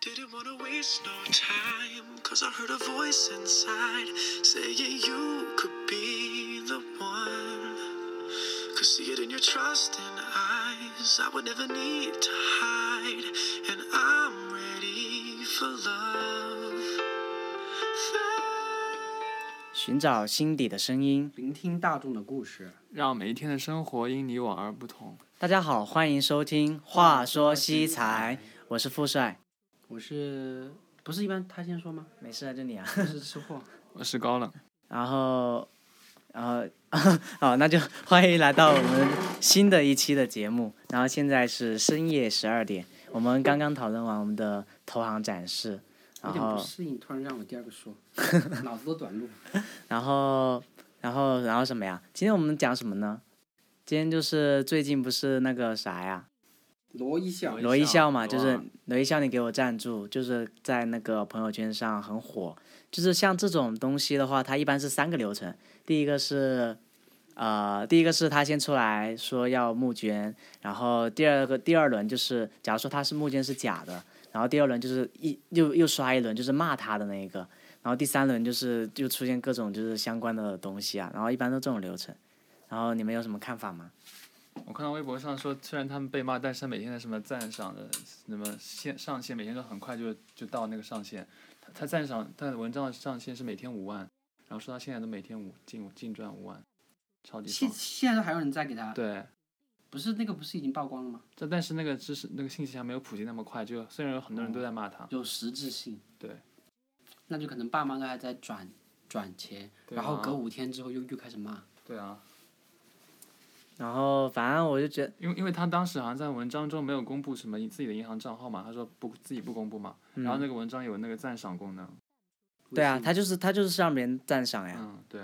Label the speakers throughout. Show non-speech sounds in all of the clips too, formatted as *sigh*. Speaker 1: Didn't wanna waste no time, cause I heard a voice inside saying you could be the one. Could see it in your trusting eyes, I would never need to hide, and I'm ready for love.
Speaker 2: 寻找心底的声音。
Speaker 3: 聆听大众的故事。
Speaker 4: 让每一天的生活因你我而不同。
Speaker 2: 大家好，欢迎收听《话说西财》，我是富帅。
Speaker 3: 我是不是一般他先说吗？
Speaker 2: 没事啊，就你啊。 *laughs*
Speaker 3: 我是吃货。
Speaker 4: 我是高冷，
Speaker 2: 然后，然后，好，那就欢迎来到我们新的一期的节目。然后现在是深夜十二点，我们刚刚讨论完我们的投行展示，
Speaker 3: 有
Speaker 2: 然
Speaker 3: 点不
Speaker 2: 后，
Speaker 3: 适应，突然让我第二个说， *laughs* 脑子都短路。
Speaker 2: 然后，然后，然后什么呀？今天我们讲什么呢？今天就是最近不是那个啥呀，
Speaker 3: 罗一笑，
Speaker 2: 罗一笑嘛，
Speaker 4: 罗
Speaker 2: 就是
Speaker 4: 啊
Speaker 2: 罗一笑，你给我赞助，就是在那个朋友圈上很火。就是像这种东西的话，它一般是三个流程，第一个是，呃，第一个是他先出来说要募捐，然后第二个第二轮就是，假如说他是募捐是假的，然后第二轮就是一又又刷一轮，就是骂他的那一个，然后第三轮就是就出现各种就是相关的东西啊，然后一般都这种流程。然后你们有什么看法吗？
Speaker 4: 我看到微博上说，虽然他们被骂，但是每天的什么赞赏的什么限上限，每天都很快就就到那个上限。他他赞赏他的文章的上限是每天五万，然后说他现在都每天五净净赚五万，超级
Speaker 3: 现
Speaker 4: 爽。
Speaker 3: 现在还有人在给他，
Speaker 4: 对，
Speaker 3: 不是那个不是已经曝光了吗？
Speaker 4: 这但是那个知识那个信息还没有普及那么快，就虽然有很多人都在骂他，
Speaker 3: 有实质性。
Speaker 4: 对。
Speaker 3: 那就可能爸妈都还在转转钱，
Speaker 4: 对啊
Speaker 3: 然后隔五天之后又又开始骂。
Speaker 4: 对啊，
Speaker 2: 然后反正我就觉得。
Speaker 4: 因为因为他当时好像在文章中没有公布什么自己的银行账号嘛，他说不自己不公布
Speaker 2: 嗯
Speaker 4: 嘛，然后那个文章有那个赞赏功能，
Speaker 2: 对啊
Speaker 3: 微，信
Speaker 2: 他就是他就是让别人赞赏呀。
Speaker 4: 嗯，对，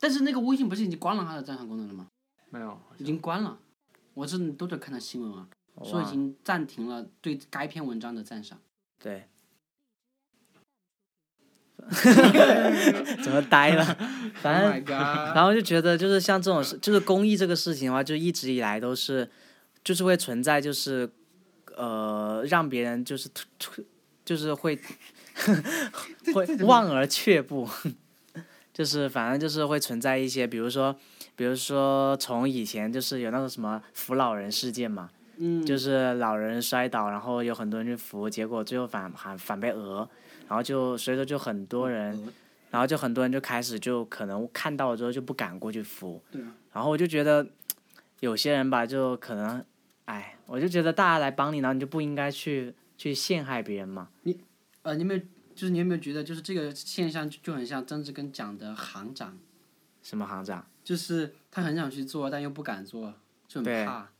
Speaker 3: 但是那个微信不是已经关了他的赞赏功能了吗？
Speaker 4: 没有，好
Speaker 3: 已
Speaker 4: 像
Speaker 3: 经关了，我这都在看到新闻啊，
Speaker 2: 我
Speaker 3: 说已
Speaker 2: 忘了
Speaker 3: 经暂停了对该篇文章的赞赏。
Speaker 2: 对。 *laughs* 怎么呆了？反正
Speaker 3: *laughs* my god！
Speaker 2: 然后就觉得就是像这种事，就是公益这个事情的话，就一直以来都是，就是会存在，就是呃，让别人就是突突，就是会会望而却步， *laughs* 就是反正就是会存在一些，比如说，比如说从以前就是有那个什么扶老人事件嘛，
Speaker 3: 嗯，
Speaker 2: 就是老人摔倒，然后有很多人去扶，结果最后反反反被讹，然后就所以说就很多人。
Speaker 3: 讹
Speaker 2: 然后就很多人就开始就可能看到了之后就不敢过去扶，
Speaker 3: 对啊，
Speaker 2: 然后我就觉得有些人吧，就可能，哎，我就觉得大家来帮你，然后你就不应该去去陷害别人嘛。
Speaker 3: 呃，你有没有就是你有没有觉得就是这个现象就就很像曾志根讲的行长，
Speaker 2: 什么行长？
Speaker 3: 就是他很想去做但又不敢做，就
Speaker 2: 对啊
Speaker 3: 很怕，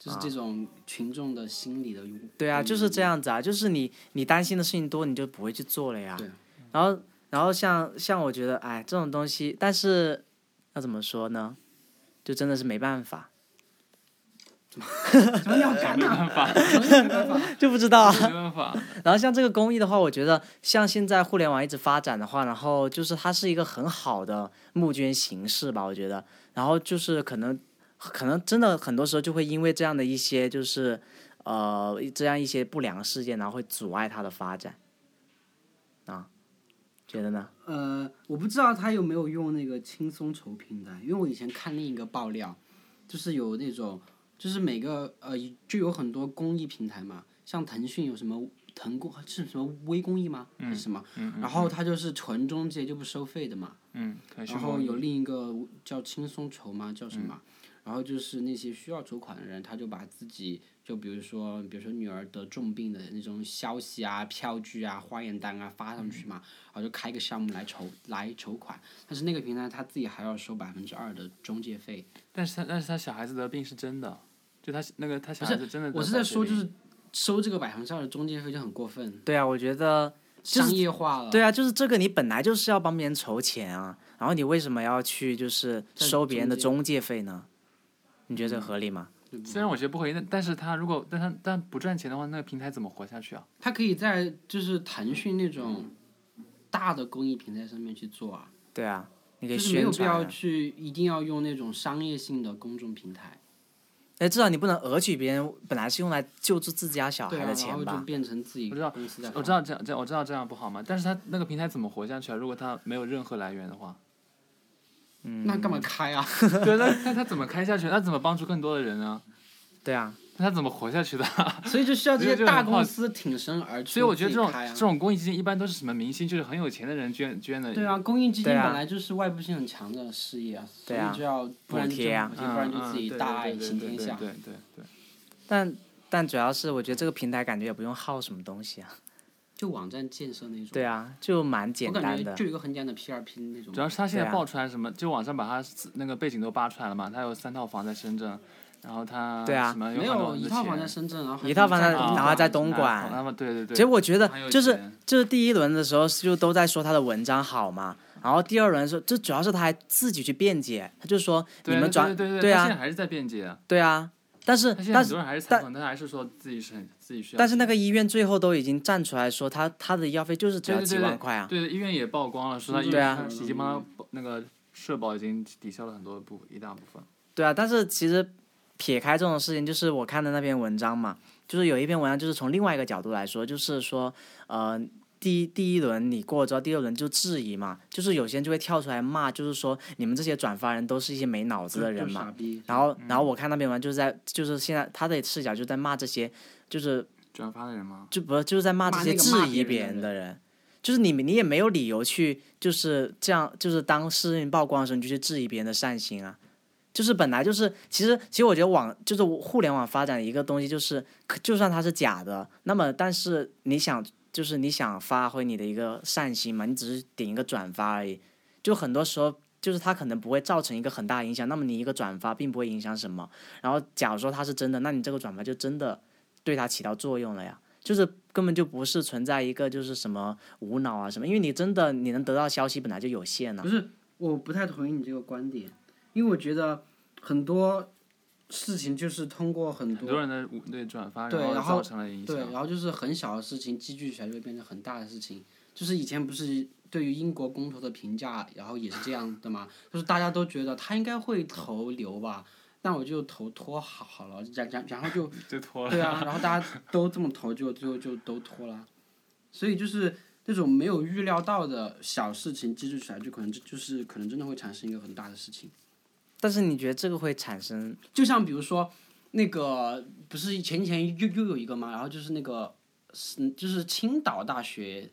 Speaker 3: 就是这种群众的心理的拥。
Speaker 2: 对啊，就是这样子啊，就是你你担心的事情多，你就不会去做了呀
Speaker 3: 对。
Speaker 2: 然后然后像像我觉得，哎，这种东西，但是要怎么说呢？就真的是没办法，
Speaker 3: 怎么两难呢？
Speaker 4: 没办法，
Speaker 2: *laughs* 就不知道啊。
Speaker 4: 没办法，
Speaker 2: 然后像这个公益的话，我觉得像现在互联网一直发展的话，然后就是它是一个很好的募捐形式吧，我觉得。然后就是可能，可能真的很多时候就会因为这样的一些就是呃这样一些不良事件，然后会阻碍它的发展。啊，觉得呢？
Speaker 3: 呃，我不知道他有没有用那个轻松筹平台，因为我以前看另一个爆料，就是有那种，就是每个呃就有很多公益平台嘛，像腾讯有什么腾公是什么微公益吗？
Speaker 2: 嗯
Speaker 3: 还是什么？然后它就是纯中介就不收费的嘛，
Speaker 4: 嗯，可以去
Speaker 3: 然后
Speaker 4: 摸
Speaker 3: 有另一个叫轻松筹嘛，叫什么？然后就是那些需要筹款的人，他就把自己就比如说，比如说女儿得重病的那种消息啊、票据啊、化验单啊发上去嘛，然后就开一个项目来筹来筹款。但是那个平台他自己还要收百分之二的中介费。
Speaker 4: 但是他但是他小孩子得病是真的，就他那个他小孩子真的得
Speaker 3: 我是在
Speaker 4: 白血
Speaker 3: 说，就
Speaker 4: 病
Speaker 3: 是收这个百分之二的中介费就很过分，
Speaker 2: 对啊，我觉得
Speaker 3: 商业化了。
Speaker 2: 对啊，就是这个你本来就是要帮别人筹钱啊，然后你为什么要去就是
Speaker 3: 在
Speaker 2: 收别人的
Speaker 3: 中
Speaker 2: 中介费呢？你觉得这合理吗？
Speaker 4: 虽然我觉得不合理，但但是他如果但他但不赚钱的话，那个平台怎么活下去啊？
Speaker 3: 他可以在就是腾讯那种大的公益平台上面去做啊。
Speaker 2: 对啊，你可以
Speaker 3: 就是没
Speaker 2: 宣
Speaker 3: 有必
Speaker 2: 传啊、
Speaker 3: 要去一定要用那种商业性的公众平台，
Speaker 2: 哎，至少你不能讹取别人本来是用来救助自家小
Speaker 3: 对
Speaker 2: 孩
Speaker 3: 啊，
Speaker 2: 的
Speaker 3: 然后
Speaker 2: 钱
Speaker 3: 就
Speaker 2: 吧？
Speaker 3: 变成自己
Speaker 4: 我知道
Speaker 3: 公司在
Speaker 4: 我知
Speaker 3: 发
Speaker 4: 道这样这样我知道这样不好嘛，但是他那个平台怎么活下去啊？如果他没有任何来源的
Speaker 3: *laughs*
Speaker 4: 话，
Speaker 3: 那干嘛
Speaker 2: 嗯
Speaker 3: 开啊？ *laughs*
Speaker 4: 对，那那他怎么开下去？那怎么帮助更多的人呢？
Speaker 2: 对啊，
Speaker 4: 那他怎么活下去的？
Speaker 3: 所以就需要这
Speaker 4: 所以
Speaker 3: 些
Speaker 4: 就
Speaker 3: 大
Speaker 4: 很好
Speaker 3: 公司挺身而出，
Speaker 4: *laughs* 所以我觉得这种
Speaker 3: 自己开啊
Speaker 4: 这种公益基金一般都是什么明星，就是很有钱的人捐捐的。
Speaker 3: 对啊，公益基金
Speaker 2: 对啊
Speaker 3: 本来就是外部性很强的事业啊，所
Speaker 2: 对啊
Speaker 3: 以就要不然就
Speaker 2: 补贴啊
Speaker 3: 政府补贴
Speaker 4: 嗯，
Speaker 3: 不然就
Speaker 4: 嗯
Speaker 3: 自己
Speaker 4: 对
Speaker 3: 大
Speaker 4: 对
Speaker 3: 爱
Speaker 4: 对
Speaker 3: 行
Speaker 4: 对
Speaker 3: 天
Speaker 4: 对
Speaker 3: 下。
Speaker 4: 对对对，
Speaker 2: 但但主要是我觉得这个平台感觉也不用耗什么东西啊。
Speaker 3: 就网站建设那种。
Speaker 2: 对啊，就蛮简
Speaker 3: 我感
Speaker 2: 单
Speaker 3: 觉
Speaker 2: 的
Speaker 3: 就。有一个很简单的 P 二 P 那种
Speaker 4: 主。要是他现
Speaker 2: 对
Speaker 4: 在
Speaker 2: 啊
Speaker 4: 爆出来什么，就网上把他那个背景都扒出来了嘛。他有三套房在深圳，然后他
Speaker 2: 对啊
Speaker 4: 什么
Speaker 3: 没
Speaker 4: 很
Speaker 3: 有
Speaker 4: 多
Speaker 3: 一套房在深圳，然后还
Speaker 2: 一套房在
Speaker 3: 东莞
Speaker 2: 然后在东莞
Speaker 4: 那么哎对对对。
Speaker 2: 其实我觉得
Speaker 4: 很有
Speaker 2: 就是
Speaker 4: 钱
Speaker 2: 就是第一轮的时候就都在说他的文章好嘛，然后第二轮说，这主要是他还自己去辩解，他就说你
Speaker 4: 对
Speaker 2: 们
Speaker 4: 对
Speaker 2: 转
Speaker 4: 对对
Speaker 2: 对
Speaker 4: 他
Speaker 2: 啊
Speaker 4: 现在还是在辩解啊。
Speaker 2: 对啊，但是
Speaker 4: 他现在
Speaker 2: 但
Speaker 4: 很
Speaker 2: 是
Speaker 4: 多人还是采
Speaker 2: 但
Speaker 4: 访，他还是说自己是很自己需要钱。
Speaker 2: 但是那个医院最后都已经站出来说他他的医药费就是只
Speaker 4: 对
Speaker 2: 要
Speaker 4: 对
Speaker 2: 几
Speaker 4: 对对
Speaker 2: 万块啊，
Speaker 4: 对对，医院也曝光了，说他医
Speaker 2: 对
Speaker 4: 院
Speaker 2: 啊
Speaker 4: 他已经帮他报那个社保已经抵消了很多部一大部分。
Speaker 2: 对啊，但是其实撇开这种事情，就是我看的那篇文章嘛，就是有一篇文章就是从另外一个角度来说，就是说呃。第一第一轮你过了之后，第二轮就质疑嘛，就是有些人就会跳出来骂，就是说你们这些转发人都是一些没脑子的人
Speaker 3: 就
Speaker 2: 嘛
Speaker 3: 傻。逼。嗯
Speaker 2: 然后，然后我看那篇文章就是在，就是现在他的视角就在骂这些，就是
Speaker 4: 转发的人吗？
Speaker 2: 就不就是在骂这
Speaker 3: 啊骂
Speaker 2: 些
Speaker 3: 那个
Speaker 2: 质
Speaker 3: 骂
Speaker 2: 疑
Speaker 3: 别人
Speaker 2: 别
Speaker 3: 的
Speaker 2: 人
Speaker 3: 人
Speaker 2: 的人，就是你你也没有理由去就是这样，就是当事情曝光的时候你就去质疑别人的善心啊，就是本来就是其实其实我觉得网就是互联网发展的一个东西就是，可就算它是假的，那么但是你想就是你想发挥你的一个善心嘛，你只是顶一个转发而已，就很多时候。就是它可能不会造成一个很大影响，那么你一个转发并不会影响什么。然后，假如说它是真的，那你这个转发就真的对它起到作用了呀。就是根本就不是存在一个就是什么无脑啊什么，因为你真的你能得到消息本来就有限呢、
Speaker 3: 不是，我不太同意你这个观点，因为我觉得很多事情就是通过很
Speaker 4: 很多
Speaker 3: 多
Speaker 4: 人的无对转发，
Speaker 3: 对
Speaker 4: 后
Speaker 3: 然后
Speaker 4: 造成了影响
Speaker 3: 对，。然后就是很小的事情积聚起来就会变成很大的事情。就是以前不是对于英国公投的评价，然后也是这样的嘛，就是大家都觉得他应该会投留吧，那我就投脱好好了，然然然后就
Speaker 4: *laughs* 就脱了。
Speaker 3: 对啊，然后大家都这么投，就最后就都脱了，所以就是那种没有预料到的小事情积聚起来，就可能就就是可能真的会产生一个很大的事情。
Speaker 2: 但是你觉得这个会产生
Speaker 3: 就像比如说那个不是前几天又又有一个嘛，然后就是那个是就是青岛大学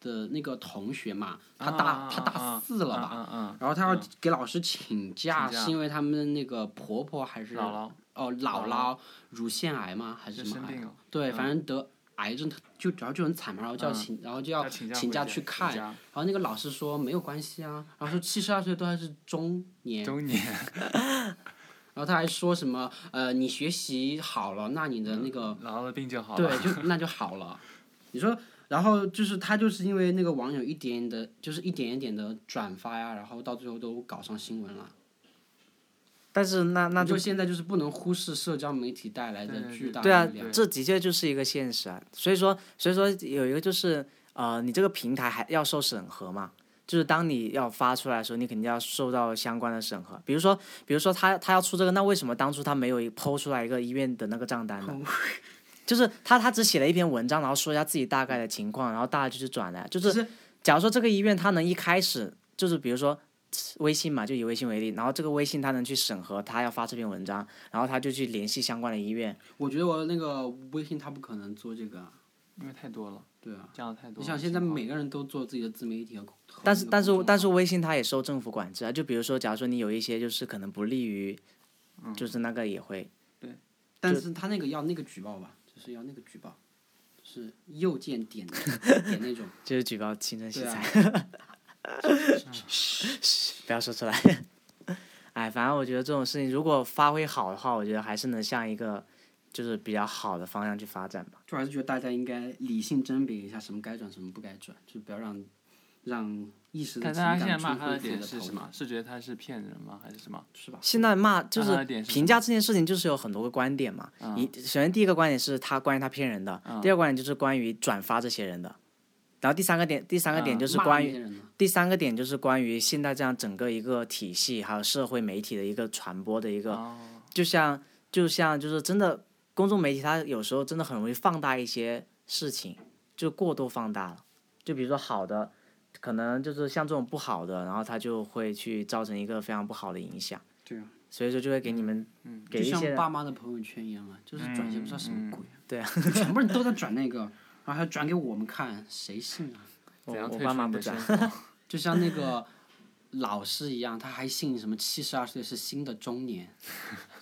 Speaker 3: 的那个同学嘛，他大、
Speaker 4: 啊
Speaker 3: 他大四了吧，？
Speaker 4: 嗯嗯。
Speaker 3: 然后他要给老师请假，
Speaker 4: 请假
Speaker 3: 是因为他们那个婆婆还是
Speaker 4: 姥姥
Speaker 3: 哦姥
Speaker 4: 姥
Speaker 3: 姥乳腺癌吗？还是
Speaker 4: 就
Speaker 3: 什么
Speaker 4: 生
Speaker 3: 癌
Speaker 4: 病？了，
Speaker 3: 对，
Speaker 4: 嗯
Speaker 3: 反正得癌症就主要就很惨嘛，然后就要请，然后就要
Speaker 4: 请
Speaker 3: 请假
Speaker 4: 回
Speaker 3: 去
Speaker 4: 家
Speaker 3: 看，
Speaker 4: 请
Speaker 3: 然
Speaker 4: 假
Speaker 3: 后那个老师说没有关系啊，然后说七十二岁都还是中年，
Speaker 4: 嗯中年，
Speaker 3: 然后他还说什么呃你学习好了，那你的那个
Speaker 4: 姥姥的病就嗯好了。
Speaker 3: 对就那就好了，你说。然后就是他就是因为那个网友一点的，就是一点一点的转发呀，然后到最后都搞上新闻了。
Speaker 2: 但是那那
Speaker 3: 你
Speaker 2: 就
Speaker 3: 就现在就是不能忽视社交媒体带来
Speaker 4: 对
Speaker 3: 的
Speaker 4: 对
Speaker 3: 巨大
Speaker 2: 对啊
Speaker 3: 力量。，
Speaker 2: 这的确就是一个现实啊。所以说，所以说有一个就是呃，你这个平台还要受审核嘛，就是当你要发出来的时候，你肯定要受到相关的审核。比如说，比如说他他要出这个，那为什么当初他没有一抛出来一个医院的那个账单呢？就是他他只写了一篇文章，然后说一下自己大概的情况，然后大家就去转了。就是假如说这个医院他能一开始就是比如说。微信嘛，就以微信为例，然后这个微信他能去审核他要发这篇文章，然后他就去联系相关的医院，
Speaker 3: 我觉得我那个微信他不可能做这个啊，
Speaker 4: 因为太多了，
Speaker 3: 对啊。
Speaker 4: 讲的太多了。
Speaker 3: 你想现在
Speaker 4: 情况
Speaker 3: 每个人都做自己的自媒体和公，和
Speaker 2: 但
Speaker 3: 那
Speaker 2: 是
Speaker 3: 个
Speaker 2: 但
Speaker 3: 公
Speaker 2: 是
Speaker 3: 众
Speaker 2: 但是
Speaker 3: 号
Speaker 2: 微信它也受政府管制啊，就比如说，假如说你有一些就是可能不利于，
Speaker 4: 嗯
Speaker 2: 就是那个也会，
Speaker 3: 但是他那个要那个举报吧，就是要那个举报，就是右键点
Speaker 2: *laughs*
Speaker 3: 点那种，
Speaker 2: 就是举报侵权洗
Speaker 3: 对
Speaker 2: 财，
Speaker 3: 啊，
Speaker 2: 不要说出来。 *laughs* 哎，反正我觉得这种事情如果发挥好的话，我觉得还是能向一个就是比较好的方向去发展吧。
Speaker 3: 就还是觉得大家应该理性甄别一下什么该转什么不该转，就不要让让一时的
Speaker 4: 但
Speaker 3: 情
Speaker 4: 大家
Speaker 3: 感
Speaker 4: 现在骂
Speaker 3: 冲
Speaker 4: 他的
Speaker 3: 昏自己
Speaker 4: 点
Speaker 3: 的
Speaker 4: 是
Speaker 3: 头
Speaker 4: 什么
Speaker 3: 脑？，
Speaker 4: 是觉得他是骗人吗？还是什么？
Speaker 3: 是吧？
Speaker 2: 现在骂就
Speaker 4: 那他的点是什么嗯
Speaker 2: 评价这件事情，就是有很多个观点嘛。一首先第一个观点是他关于他骗人的，第二个观点就是关于转发这些人的，然后第三个点第三个
Speaker 4: 嗯
Speaker 2: 点就是
Speaker 3: 骂
Speaker 2: 关
Speaker 3: 那
Speaker 2: 于
Speaker 3: 些人呢
Speaker 2: 第三个点就是关于现在这样整个一个体系，还有社会媒体的一个传播的一个，
Speaker 4: 哦，
Speaker 2: 就像就像就是真的公众媒体，它有时候真的很容易放大一些事情，就过度放大了。就比如说好的，可能就是像这种不好的，然后它就会去造成一个非常不好的影响。
Speaker 3: 对啊，嗯
Speaker 2: 所以说就会给你们，给
Speaker 3: 就
Speaker 2: 一
Speaker 3: 像
Speaker 2: 些人
Speaker 3: 爸妈的朋友圈一样啊，就是转些不知道什
Speaker 4: 嗯
Speaker 3: 么鬼、啊
Speaker 2: 对啊，
Speaker 3: 全部人都在转那个，然后还转给我们看，谁信啊？
Speaker 2: 我
Speaker 4: 怎样
Speaker 2: 我
Speaker 4: 退
Speaker 2: 爸
Speaker 4: 出
Speaker 2: 妈
Speaker 4: 你
Speaker 2: 不
Speaker 4: 的
Speaker 2: 转
Speaker 4: 生，活？
Speaker 3: 就像那个老师一样，他还信什么七十二岁是新的中年，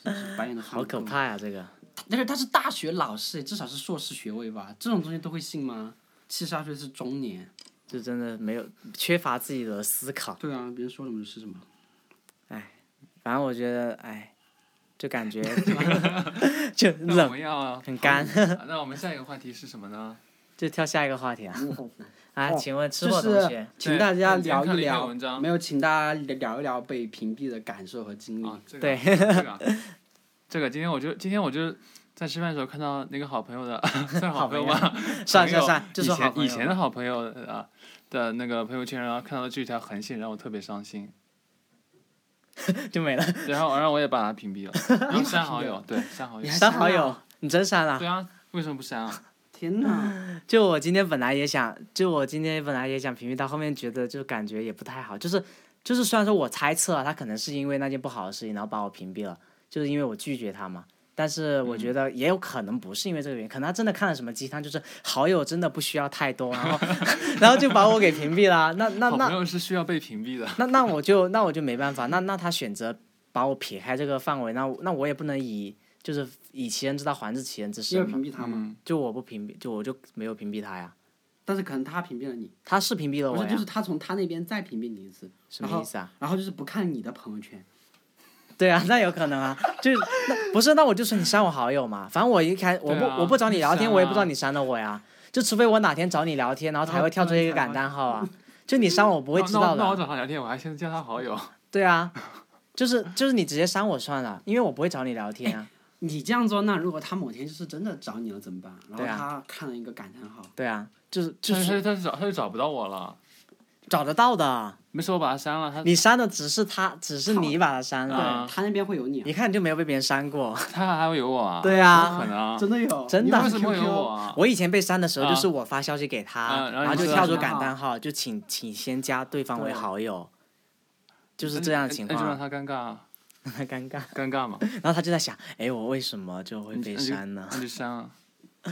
Speaker 3: 真是白眼的
Speaker 2: 好可！怕呀、这个。
Speaker 3: 但是他是大学老师，至少是硕士学位吧？这种东西都会信吗？七十二岁是中年，
Speaker 2: 就真的没有缺乏自己的思考。
Speaker 3: 对啊，别人说什么就是什么。
Speaker 2: 反正我觉得，哎，就感
Speaker 4: *laughs*
Speaker 2: 觉就
Speaker 4: 那我
Speaker 2: *laughs* 冷，
Speaker 4: 们要啊
Speaker 2: 很干。
Speaker 4: *laughs*
Speaker 2: *laughs*
Speaker 4: 那我们下一个话题是什么呢？
Speaker 2: 就跳下一个话题啊。啊，
Speaker 3: 哦
Speaker 2: 请问吃
Speaker 3: 就
Speaker 2: 货同
Speaker 3: 是
Speaker 2: 学，
Speaker 3: 请大家聊
Speaker 4: 对今天看了一篇
Speaker 3: 聊
Speaker 4: 文章，
Speaker 3: 没有，请大家聊一聊被屏蔽的感受和经历。
Speaker 4: 啊，这个
Speaker 2: 对 *laughs*
Speaker 4: 这个这个，今天我就今天我就在吃饭的时候看到那个好朋友的，算是好
Speaker 2: *laughs*
Speaker 4: 朋友吗？
Speaker 2: 算
Speaker 4: 朋
Speaker 2: 算
Speaker 4: 友
Speaker 2: 算，就
Speaker 4: 以
Speaker 2: 说好
Speaker 4: 前
Speaker 2: 朋
Speaker 4: 以
Speaker 2: 友
Speaker 4: 前的好朋友啊的那个朋友圈，然后看到这条横线，让我特别伤心，
Speaker 2: 就没了。
Speaker 4: 然后然后我也把他屏蔽了，
Speaker 2: *laughs*
Speaker 4: 然后删好友，对，删好友
Speaker 3: 你，还
Speaker 2: 删
Speaker 3: 删
Speaker 2: 好
Speaker 3: 了
Speaker 2: 友，你真删了
Speaker 4: 对？啊，为什么不删啊？
Speaker 3: 天哪！
Speaker 2: 就我今天本来也想，就我今天本来也想屏蔽他，后面觉得就感觉也不太好，就是就是虽然说我猜测啊他可能是因为那件不好的事情，然后把我屏蔽了，就是因为我拒绝他嘛。但是我觉得也有可能不是因为这个原因，可能他真的看了什么鸡汤，就是好友真的不需要太多，然后 *laughs* 然后就把我给屏蔽了啊。那那
Speaker 4: 好
Speaker 2: 那
Speaker 4: 朋友是需要被屏蔽的，
Speaker 2: 那那我就那我就没办法，那那他选择把我撇开这个范围，那我那我也不能以就是以其人之道还治其人之
Speaker 3: 你有
Speaker 2: 身嘛
Speaker 3: 屏，蔽他吗？
Speaker 4: 嗯，
Speaker 2: 就我不屏蔽，就我就没有屏蔽他呀，
Speaker 3: 但是可能他屏蔽了你，
Speaker 2: 他是屏蔽了
Speaker 3: 不
Speaker 2: 我
Speaker 3: 是，就
Speaker 2: 呀
Speaker 3: 是，他从他那边再屏蔽你一次，
Speaker 2: 什么意思啊？
Speaker 3: 然后就是不看你的朋友圈。
Speaker 2: 对啊，那有可能啊，就是那不是那我就说你删我好友嘛，反正我一开我不、
Speaker 4: 对啊
Speaker 2: 我不找你聊天，
Speaker 4: 你删啊啊
Speaker 2: 我也不知道你删了我呀，就除非我哪天找你聊天，然后才会跳出一个感叹号
Speaker 4: *laughs*
Speaker 2: 啊，就你删我不会知
Speaker 4: 那
Speaker 2: 道
Speaker 4: 我那我
Speaker 2: 的，
Speaker 4: 找他聊天，我还先加他好友，
Speaker 2: 对啊，就是就是你直接删我算了，因为我不会找你聊天啊，
Speaker 4: 哎
Speaker 3: 你这样做，那如果他某天就是真的找你了怎么办？然后
Speaker 2: 对啊
Speaker 3: 他看了一个感叹号，
Speaker 2: 对啊，就是 *laughs* 就
Speaker 4: 但
Speaker 2: 是
Speaker 4: 是他他就找他就找不到我了，
Speaker 2: 找得到的，啊
Speaker 4: 没说我把他删了，他
Speaker 2: 你删的只是他，只是你把他删
Speaker 3: 对、
Speaker 2: 了，
Speaker 4: 啊
Speaker 3: 他那边会有你啊，
Speaker 2: 一看就没有被别人删过，
Speaker 4: 他还会有我啊？
Speaker 2: 对啊
Speaker 4: 不可能，
Speaker 3: 真的有，
Speaker 2: 真的
Speaker 3: 你有
Speaker 4: 为什么会有
Speaker 3: QQ
Speaker 4: 我啊？
Speaker 2: 我以前被删的时候，
Speaker 4: 啊
Speaker 2: 就是我发消息给他，
Speaker 4: 啊然后
Speaker 2: 然后
Speaker 4: 你
Speaker 2: 就
Speaker 4: 说
Speaker 2: 跳出
Speaker 3: 什么
Speaker 2: 感叹号，就请请先加对方为
Speaker 3: 对
Speaker 2: 好友，就是
Speaker 4: 那
Speaker 2: 这样的情
Speaker 4: 那就让
Speaker 2: 况，
Speaker 4: 他尴尬啊，
Speaker 2: *laughs* 很尴尬。
Speaker 4: 尴尬嘛，
Speaker 2: 然后他就在想，哎，我为什么就会
Speaker 4: 那
Speaker 2: 被
Speaker 4: 就
Speaker 2: 删呢？
Speaker 4: 那就删啊，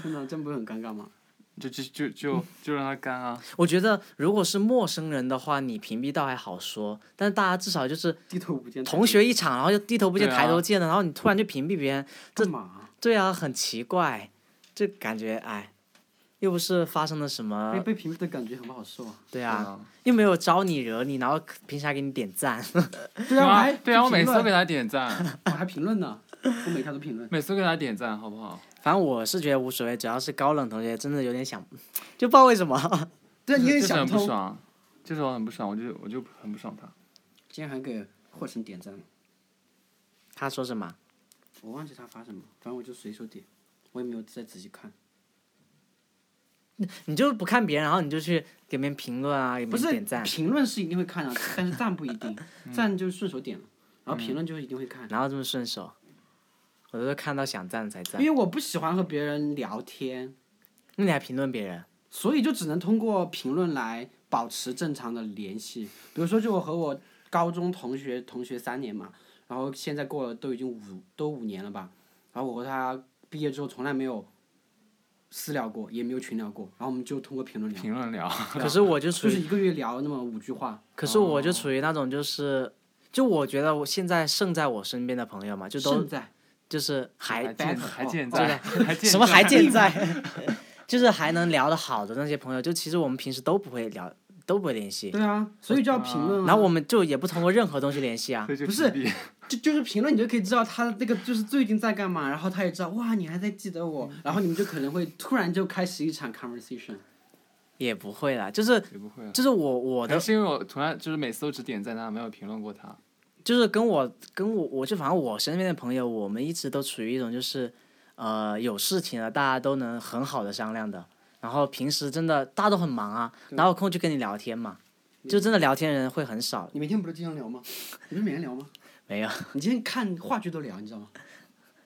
Speaker 3: 真的，这不是很尴尬吗？
Speaker 4: 就就就就就让他干啊，
Speaker 2: 我觉得如果是陌生人的话，你屏蔽倒还好说，但是大家至少就是
Speaker 3: 低头不见抬头
Speaker 2: 同学一场，然后就低头不见
Speaker 4: 对啊
Speaker 2: 抬头见的，然后你突然就屏蔽别人，
Speaker 3: 干嘛？
Speaker 2: 对啊，很奇怪，就感觉哎，又不是发生了什么
Speaker 3: 被，被屏蔽的感觉很不好受啊！
Speaker 2: *laughs* 对
Speaker 4: 对
Speaker 2: 啊，，又没有招你惹你，然后平时还给你点赞，
Speaker 3: 对啊，我还
Speaker 4: 对啊，我每次都给
Speaker 3: 他，
Speaker 4: 他点赞，
Speaker 3: 我还评论呢，我每条都评论。
Speaker 4: 每次都给他点赞，好不好？
Speaker 2: 反正我是觉得无所谓，只要是高冷同学，真的有点想， *laughs* 就不知道为什么。 *laughs*
Speaker 3: 对啊，你
Speaker 4: 就
Speaker 3: 也
Speaker 4: 是
Speaker 3: 想
Speaker 4: 很
Speaker 3: 不
Speaker 4: 不
Speaker 3: 通。
Speaker 4: 爽，就是我很不爽，我就我就很不爽他。
Speaker 3: 今天还给霍晨点赞了，
Speaker 2: 他说什么？
Speaker 3: 我忘记他发什么，反正我就随手点，我也没有再仔细看。
Speaker 2: 你就不看别人，然后你就去给别人评论啊，给
Speaker 3: 不
Speaker 2: 别人
Speaker 3: 是
Speaker 2: 点赞，
Speaker 3: 评论是一定会看的，但是赞不一 *laughs* 定，赞就是顺手点了，然后评论就是一定会看。
Speaker 2: 然后这么顺手，我都是看到想赞才赞
Speaker 3: 因。为我不喜欢和别人聊天，
Speaker 2: 那你还评论别人？
Speaker 3: 所以就只能通过评论来保持正常的联系。比如说，就我和我高中同学同学三年嘛，然后现在过了都已经五都五年了吧，然后我和他毕业之后从来没有私聊过，也没有群聊过，然后我们就通过评论聊，
Speaker 4: 评论聊，
Speaker 2: *laughs* 可是我就属
Speaker 3: 就是
Speaker 4: *laughs*
Speaker 2: 于，
Speaker 3: 一个月聊那么五句话，
Speaker 2: 可是
Speaker 4: 哦
Speaker 2: 我就属于那种就是，就我觉得我现在胜在我身边的朋友嘛，就都
Speaker 3: 胜在
Speaker 2: 就是还哎
Speaker 4: 还健
Speaker 3: 白
Speaker 4: 还
Speaker 3: 哦
Speaker 4: 健
Speaker 3: 哦
Speaker 4: 在，还健
Speaker 2: 啊什么还
Speaker 4: 在
Speaker 2: 健在， *laughs* 就是还能聊得好的那些朋友，就其实我们平时都不会聊，都不会联系，
Speaker 3: 对啊，所以就要评
Speaker 4: 嗯
Speaker 3: 论、啊。
Speaker 2: 然后我们就也不通过任何东西联系啊。
Speaker 4: *laughs* 所以就
Speaker 3: 不是
Speaker 4: 屏蔽
Speaker 3: 就就是评论，你就可以知道他那个就是最近在干嘛，然后他也知道哇，你还在记得我，
Speaker 2: 嗯
Speaker 3: 然后你们就可能会突然就开始一场 conversation。
Speaker 2: 也不会啦，就是
Speaker 4: 也不会啊。
Speaker 2: 就是我我
Speaker 4: 还
Speaker 2: 的
Speaker 4: 是因为我从来就是每次都只点赞他，没有评论过他。
Speaker 2: 就是跟我跟我我就反正我身边的朋友，我们一直都处于一种就是呃有事情了大家都能很好的商量的，然后平时真的大家都很忙啊，哪有空去跟你聊天嘛？
Speaker 4: 嗯
Speaker 2: 就真的聊天人会很少，
Speaker 3: 你 *laughs* 啊每天不是经常聊吗？你不是每天聊吗？
Speaker 2: 没有， *laughs*
Speaker 3: 你今天看话剧都聊，你知道吗？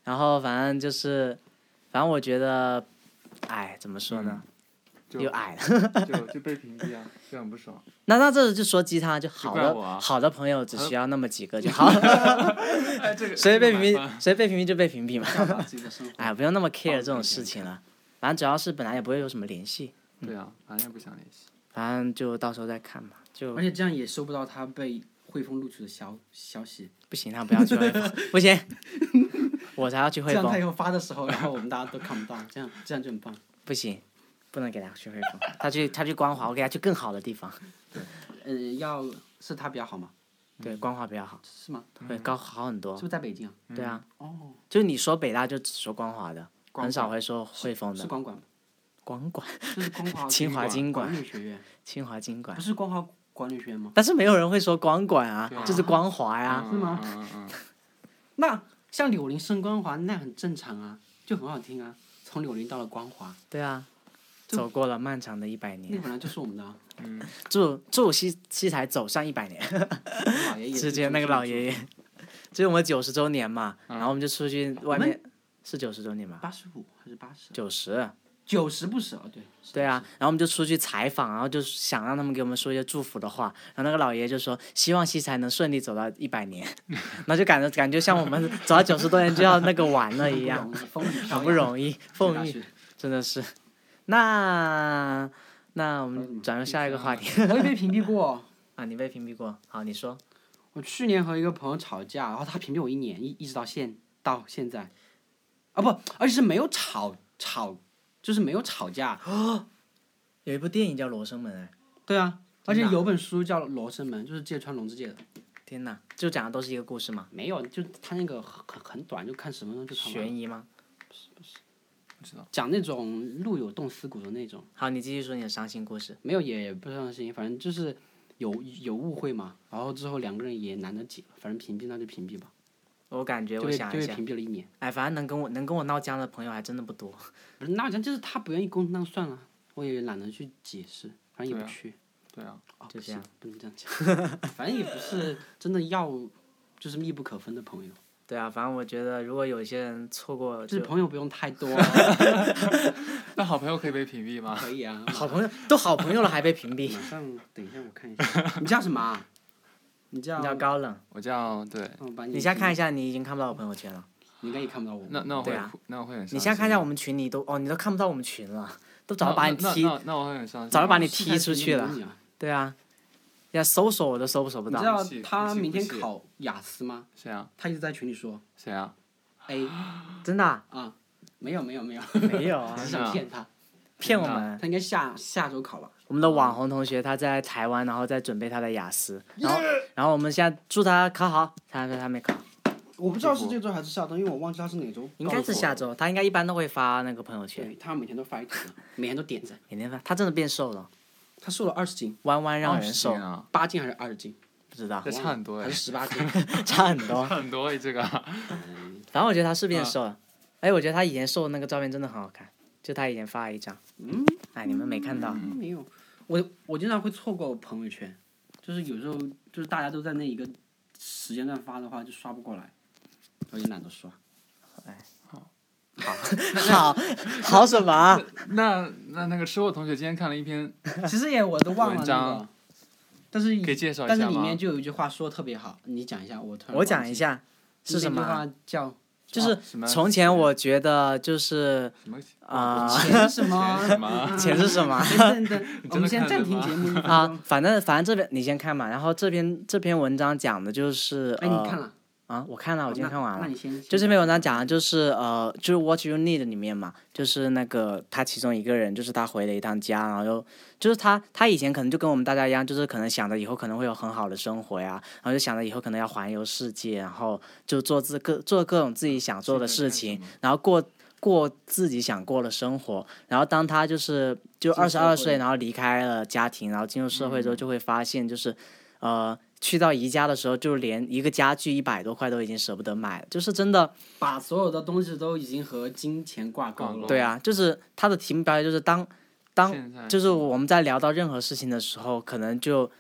Speaker 2: 然后反正就是，反正我觉得，哎，怎么说呢？
Speaker 4: 嗯就
Speaker 2: 又矮了。 *laughs*
Speaker 4: 就就被屏蔽啊，就很不爽。
Speaker 2: 那那这就说鸡汤，就好
Speaker 4: 怪
Speaker 2: 的、
Speaker 4: 我啊
Speaker 2: 好的朋友只需要那么几个就好了，
Speaker 4: 哎，这个
Speaker 2: 谁被屏
Speaker 4: 这个蛮
Speaker 2: 蔽谁被屏蔽就被屏蔽嘛。
Speaker 3: *laughs* 要把自己的生活
Speaker 2: *laughs* 哎，不用那么 care
Speaker 4: 放
Speaker 2: 这种
Speaker 4: 开
Speaker 2: 事
Speaker 4: 点
Speaker 2: 情了，反正主要是本来也不会有什么联系，
Speaker 4: 烦对啊，反正也不想联系。
Speaker 2: 反正就到时候再看嘛，就
Speaker 3: 而且这样也收不到他被汇丰录取的消消息。
Speaker 2: 不行，他不要去汇丰，不行，我才要去
Speaker 3: 这
Speaker 2: 汇
Speaker 3: 样他以
Speaker 2: 丰，
Speaker 3: 后发的时候，然后我们大家都看不到，这样这样就很棒。
Speaker 2: 不行，不能给他去汇丰，他去他去光华，我给他去更好的地方，
Speaker 3: 嗯，要是他比较好吗？
Speaker 2: 对，光华比较好，
Speaker 3: 是吗？
Speaker 2: 会高好很多
Speaker 3: 是不，是在北京啊？
Speaker 2: 对啊，
Speaker 3: 哦，
Speaker 2: 就是你说北大就只说光华的，
Speaker 3: 光
Speaker 2: 很少
Speaker 3: 华
Speaker 2: 会说汇丰
Speaker 3: 是
Speaker 2: 的，
Speaker 3: 光管吗，
Speaker 2: 光管、
Speaker 3: 就是光华
Speaker 2: 哦 *laughs* 清华经管哎
Speaker 3: 管理学院，
Speaker 2: 清华经管
Speaker 3: 不。是光华管理学院吗？
Speaker 2: 但是没有人会说光管啊
Speaker 4: 对啊，
Speaker 2: 就是光华呀、
Speaker 4: 嗯
Speaker 3: 是吗
Speaker 4: 嗯嗯嗯，
Speaker 3: 那像柳林升光华，那很正常啊，就很好听啊。从柳林到了光华，
Speaker 2: 对啊，
Speaker 3: 就
Speaker 2: 走过了漫长的一百
Speaker 3: 那
Speaker 2: 年，
Speaker 3: 本来就是我们
Speaker 2: *laughs*
Speaker 3: 的、啊。
Speaker 2: 祝祝西西台走上一百年，
Speaker 3: 老爷
Speaker 2: *laughs*
Speaker 3: 爷
Speaker 2: 之前那个老爷
Speaker 3: 爷
Speaker 2: *laughs* 爷，就是我们九十周年嘛，然嗯后我们就出去外面，是九十周年嘛，
Speaker 3: 八十五还是八十？啊
Speaker 2: 九十，
Speaker 3: 九十不是哦，对。
Speaker 2: 对啊，然后我们就出去采访，然后就想让他们给我们说一些祝福的话，然后那个老爷爷就说希望西台能顺利走到一百 *laughs* 年，然后就感觉感觉像我们走到九十多年就要那个完了一样，
Speaker 3: 很不容易，
Speaker 2: 很 *laughs* 不容易，啊
Speaker 3: 风
Speaker 2: 奉
Speaker 3: 雨
Speaker 2: 命
Speaker 3: 飘摇。
Speaker 2: 真的是。那那我
Speaker 3: 还有什
Speaker 2: 们
Speaker 3: 么
Speaker 2: 转入下一个话题
Speaker 3: 我也被屏蔽过。
Speaker 2: 嗯啊，你被屏蔽过，好，你说
Speaker 3: 我去年和一个朋友吵架，然后他屏蔽我一年，一一直到现到现在，啊不，而且是没有吵吵，就是没有吵架。
Speaker 2: 有一部电影叫《罗生门》哎，
Speaker 3: 对啊，而且
Speaker 2: 真的啊
Speaker 3: 有本书叫《罗生门》，就是芥川龙之介的。
Speaker 2: 天哪，就讲的都是一个故事嘛，
Speaker 3: 没有，就他那个很很很短，就看十分钟就看完了。
Speaker 2: 悬疑吗？
Speaker 3: 讲那种路有冻死骨的那种，
Speaker 2: 好，你继续说你的伤心故事。
Speaker 3: 没有也不算事情，反正就是有有误会嘛。然后之后两个人也难得解，反正屏蔽那就屏蔽吧，
Speaker 2: 我感觉
Speaker 3: 就
Speaker 2: 我
Speaker 3: 被
Speaker 2: 想
Speaker 3: 就
Speaker 2: 一
Speaker 3: 被
Speaker 2: 下，
Speaker 3: 屏蔽了一年。
Speaker 2: 哎，反正能跟我能跟我闹僵的朋友还真的不多。
Speaker 3: 不是，那好像就是他不愿意沟通，那算了，我也懒得去解释，反正也
Speaker 4: 对
Speaker 3: 不
Speaker 4: 啊
Speaker 3: 去。
Speaker 4: 对啊，
Speaker 3: 哦，
Speaker 2: 就
Speaker 3: 不
Speaker 2: 这
Speaker 3: 行
Speaker 2: 样，
Speaker 3: 不能这样讲。反正也不是真的要，就是密不可分的朋友，
Speaker 2: 对啊，反正我觉得如果有些人错过
Speaker 3: 就是
Speaker 2: 就
Speaker 3: 朋友不用太多，
Speaker 4: 那好朋友可以被屏蔽吗？
Speaker 3: 可以啊。
Speaker 2: 好朋友都好朋友了还被屏蔽，
Speaker 3: 马上，等一下我看一下，你叫什么啊？你叫
Speaker 2: 比较高冷。
Speaker 4: 我叫对，
Speaker 3: 我把
Speaker 2: 你先看一
Speaker 3: 下，
Speaker 2: 下，你已经看不到我朋友圈了。
Speaker 3: 你应该也看不到我。
Speaker 4: 那那我
Speaker 2: 对
Speaker 4: 会
Speaker 2: 啊
Speaker 4: 哭那我会很伤心。
Speaker 2: 你先看一下我们群里都哦，你都看不到我们群了，都早就把你
Speaker 4: 那
Speaker 2: 踢
Speaker 4: 那，那那我会很伤心。啊
Speaker 2: 早就把你
Speaker 3: 是
Speaker 2: 踢
Speaker 3: 他
Speaker 2: 出
Speaker 3: 是
Speaker 2: 去
Speaker 3: 你
Speaker 2: 了
Speaker 3: 你啊
Speaker 2: 对啊，要搜索我都搜索不
Speaker 3: 你
Speaker 2: 到
Speaker 3: 知。道
Speaker 4: 不是
Speaker 3: 他
Speaker 4: 不是
Speaker 3: 明天
Speaker 4: 不是
Speaker 3: 考雅思吗？
Speaker 4: 谁啊？
Speaker 3: 他一直在群里说
Speaker 4: 谁啊？
Speaker 3: A
Speaker 2: 真的啊、
Speaker 3: 啊，没有没有 *laughs* 没有，
Speaker 2: 没有啊
Speaker 3: 只是
Speaker 4: 真的
Speaker 3: 想
Speaker 4: 啊
Speaker 3: 骗他。
Speaker 2: 骗我
Speaker 4: 真的
Speaker 2: 们。
Speaker 3: 他应该下下周考吧？
Speaker 2: 我们的网红同学他在台湾，然后在准备他的雅思，然后然后我们现在祝他考好，他说他没考，
Speaker 3: 我不知道是这周还是下周，因为我忘记他是哪周。
Speaker 2: 应该是下。周，他应该一般都会发那个朋友圈，
Speaker 3: 对他每天都发一条，每天都点赞。
Speaker 2: 每天发。他真的变瘦了，
Speaker 3: 他瘦了二十斤，
Speaker 2: 弯弯让人
Speaker 4: 瘦
Speaker 2: 瘦，
Speaker 4: 啊！
Speaker 3: 八哦斤还是二十斤？
Speaker 2: 不知道
Speaker 3: *laughs*
Speaker 4: 这差很多
Speaker 3: 还
Speaker 4: 哎
Speaker 3: 是，十
Speaker 4: *laughs*
Speaker 3: 八斤？
Speaker 2: 差很多。
Speaker 4: 差很多哎，这个
Speaker 2: 反正我觉得他是变瘦
Speaker 3: 嗯
Speaker 2: 了，哎，我觉得他以前瘦的那个照片真的很好看，就他以前发了一张，
Speaker 3: 嗯，
Speaker 2: 哎，你们没看到，
Speaker 3: 没有，我我经常会错过朋友圈，就是有时候就是大家都在那一个时间段发的话，就刷不过来，我也懒得
Speaker 4: *laughs*
Speaker 3: 刷。
Speaker 2: *laughs* 好好什么
Speaker 3: *laughs*
Speaker 2: 啊？
Speaker 4: 那那那个吃货同学今天看了一篇，
Speaker 3: 其实也我都忘了
Speaker 4: 文
Speaker 3: 那个
Speaker 4: 章，
Speaker 3: 但是
Speaker 2: 嗯
Speaker 4: 可以介绍一
Speaker 3: 但是
Speaker 4: 下
Speaker 3: 里
Speaker 4: 吗
Speaker 3: 面就有一句话说的特别好，你讲一下，我突然
Speaker 2: 我讲一
Speaker 3: 下
Speaker 2: 下是什么啊，
Speaker 3: 那句话叫
Speaker 2: 就是
Speaker 4: 什么
Speaker 2: 从前我觉得就是
Speaker 4: 什么
Speaker 2: 啊。 *laughs*
Speaker 3: 钱什
Speaker 4: 钱
Speaker 3: 么？
Speaker 4: 什么？ *laughs*
Speaker 2: 钱是什么？
Speaker 3: 等等，我们
Speaker 4: 真
Speaker 3: 先
Speaker 4: 的看
Speaker 3: 暂
Speaker 4: 了
Speaker 3: 停
Speaker 4: 吗
Speaker 3: 节目一分 *laughs* 钟
Speaker 2: 啊， *laughs* 反正反正这边你先看嘛，然后这篇这篇文章讲的就是
Speaker 3: 哎，
Speaker 2: 呃
Speaker 3: 你看了？
Speaker 2: 啊，我看了，我今天看完
Speaker 3: 那
Speaker 2: 了。
Speaker 3: 你先
Speaker 2: 就这篇文章讲的就是呃，就是 What You Need 里面嘛，就是那个他其中一个人，就是他回了一趟家，然后又就是他他以前可能就跟我们大家一样，就是可能想着以后可能会有很好的生活呀，然后就想着以后可能要环游世界，然后就做自各做各种自己想做的事
Speaker 3: 嗯
Speaker 2: 情，然后过过自己想过的生活。然后当他就是就
Speaker 3: 进
Speaker 2: 二十
Speaker 3: 社会
Speaker 2: 二岁，然后离开了家庭，然后进入社会之
Speaker 3: 嗯
Speaker 2: 后，就会发现就是，呃，去到宜家的时候，就连一个家具一百多块都已经舍不得买了，就是真的，
Speaker 3: 把所有的东西都已经和金钱挂钩
Speaker 4: 挂
Speaker 3: 了。
Speaker 4: 钩
Speaker 2: *laughs* 对啊，就是他的题目标题就是当当
Speaker 4: 现在
Speaker 2: 就是我们在聊到任何事情的时候，可能就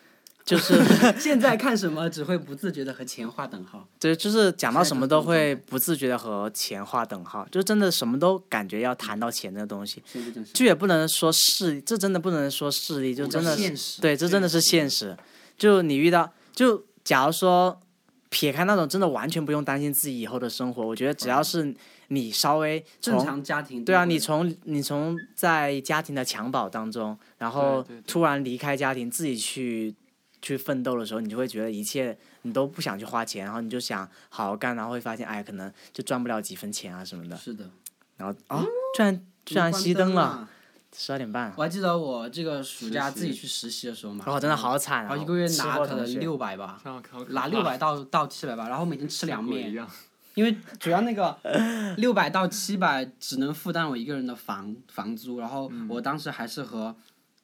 Speaker 2: 就是 *laughs*
Speaker 3: *laughs* 现在看什么只会不自觉的和钱划等号。
Speaker 2: 对，就是讲到
Speaker 3: 现在
Speaker 2: 什
Speaker 3: 就
Speaker 2: 么
Speaker 3: 是
Speaker 2: 都
Speaker 3: 这种状
Speaker 2: 会
Speaker 3: 态
Speaker 2: 不自觉的和钱划等号，就真的什么都感觉要谈到钱这个东西，
Speaker 3: 现在就是
Speaker 2: 这也不能说势力，这真的不能说势力，就
Speaker 3: 比较
Speaker 2: 真的
Speaker 3: 现实
Speaker 2: 对，这真的是现实。就你遇到，就假如说撇开那种真的完全不用担心自己以后的生活，我觉得只要是你稍微
Speaker 3: 嗯正
Speaker 2: 从
Speaker 3: 常家庭都
Speaker 2: 对啊，
Speaker 3: 会
Speaker 2: 你从你从在家庭的襁褓当中，然后
Speaker 4: 对对
Speaker 2: 突然离开家庭，自己去去奋斗的时候，你就会觉得一切你都不想去花钱，然后你就想好好干，然后会发现哎，可能就赚不了几分钱啊什么的。
Speaker 3: 是的，
Speaker 2: 然后啊，居然居然
Speaker 3: 嗯关
Speaker 2: 熄灯了，
Speaker 3: 了。
Speaker 2: 十二点半，
Speaker 3: 我还记得我这个暑假
Speaker 4: 实习
Speaker 3: 自己去实习的时候嘛，
Speaker 2: 哇，真的好惨
Speaker 3: 然
Speaker 2: 啊！
Speaker 3: 后一个月
Speaker 2: 吃
Speaker 3: 拿
Speaker 2: 货
Speaker 3: 可
Speaker 2: 同
Speaker 3: 能
Speaker 2: 学
Speaker 3: 六百吧，
Speaker 4: 像可
Speaker 3: 拿六百到到七百吧，然后每天吃凉面
Speaker 4: 一，样，
Speaker 3: 因为主要那个六百到七百只能负担我一个人的房房租，然后
Speaker 4: 嗯
Speaker 3: 我当时还是和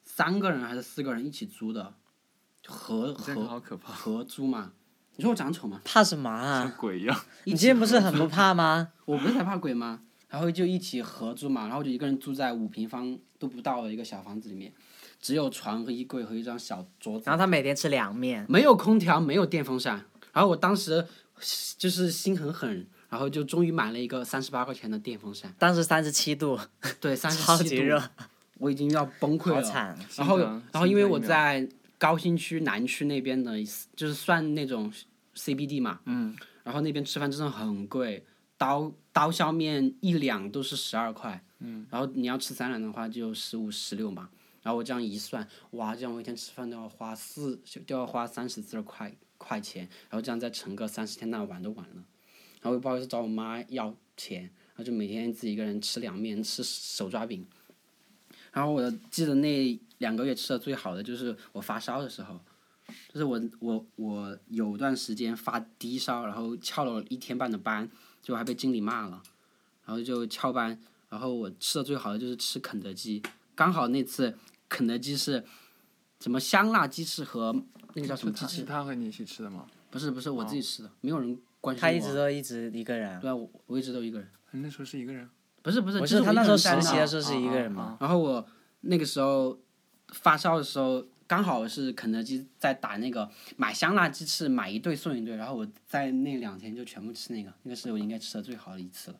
Speaker 3: 三个人还是四个人一起租的，合
Speaker 4: 这个好
Speaker 3: 合
Speaker 4: 可怕，
Speaker 3: 合租嘛。你说我长丑吗？
Speaker 2: 怕什么啊
Speaker 4: 像？鬼
Speaker 2: *laughs*
Speaker 4: 一样。
Speaker 2: 你今天不是很不怕吗？ *laughs*
Speaker 3: 我不是才怕鬼吗？然后就一起合租嘛，然后就一个人住在五平方都不到的一个小房子里面，只有床和衣柜和一张小桌子
Speaker 2: 然，后他每天吃凉面，
Speaker 3: 没有空调，没有电风扇。然后我当时就是心很狠，然后就终于买了一个三十八块钱的电风扇，
Speaker 2: 当时三十七度，
Speaker 3: 对，三十
Speaker 2: 超级
Speaker 3: 七度，啊
Speaker 2: 热，
Speaker 3: 我已经要崩溃
Speaker 2: 好
Speaker 3: 了。
Speaker 2: 惨。
Speaker 3: 然后，
Speaker 4: 心疼
Speaker 3: 然后因为我
Speaker 4: 心疼一秒
Speaker 3: 在高新区南区那边的，就是算那种 CBD 嘛，嗯，然后那边吃饭真的很贵，刀刀削面一两都是十二块，嗯，然后你要吃三两的话就十五十六嘛，然后我这样一算，哇，这样我一天吃饭都要花四都要花三十四块块钱，然后这样再乘个三十天，那完都完了，然后又不好意思找我妈要钱，然后就每天自己一个人吃凉面，吃手抓饼。然后我记得那两个月吃的最好的就是我发烧的时候，就是我我我有段时间发低烧，然后翘了一天半的班，就还被经理骂了，然后就翘班。然后我吃的最好的就是吃肯德基，刚好那次肯德基是什么香辣鸡翅和那个叫什哦么鸡
Speaker 4: 他是
Speaker 3: 翅？
Speaker 4: 他和你一起吃的吗？
Speaker 3: 不是不是，我自己吃的，没有人关心我。
Speaker 2: 他
Speaker 3: 啊
Speaker 2: 一直都一直一个人，
Speaker 3: 对啊，我我一直都一个人。
Speaker 4: 那时候是一个人，
Speaker 3: 不是不是，
Speaker 2: 我
Speaker 3: 就是
Speaker 2: 他
Speaker 3: 一
Speaker 2: 那
Speaker 3: 个
Speaker 2: 时候
Speaker 3: 人在
Speaker 2: 实习
Speaker 3: 那
Speaker 2: 的时候是一个
Speaker 4: 啊
Speaker 2: 人
Speaker 4: 啊
Speaker 2: 嘛，
Speaker 3: 然后我那个时候发烧的时候，刚好是肯德基在打那个买香辣鸡翅，买一对送一对，然后我在那两天就全部吃那个，那个是我应该吃的最好的一次了。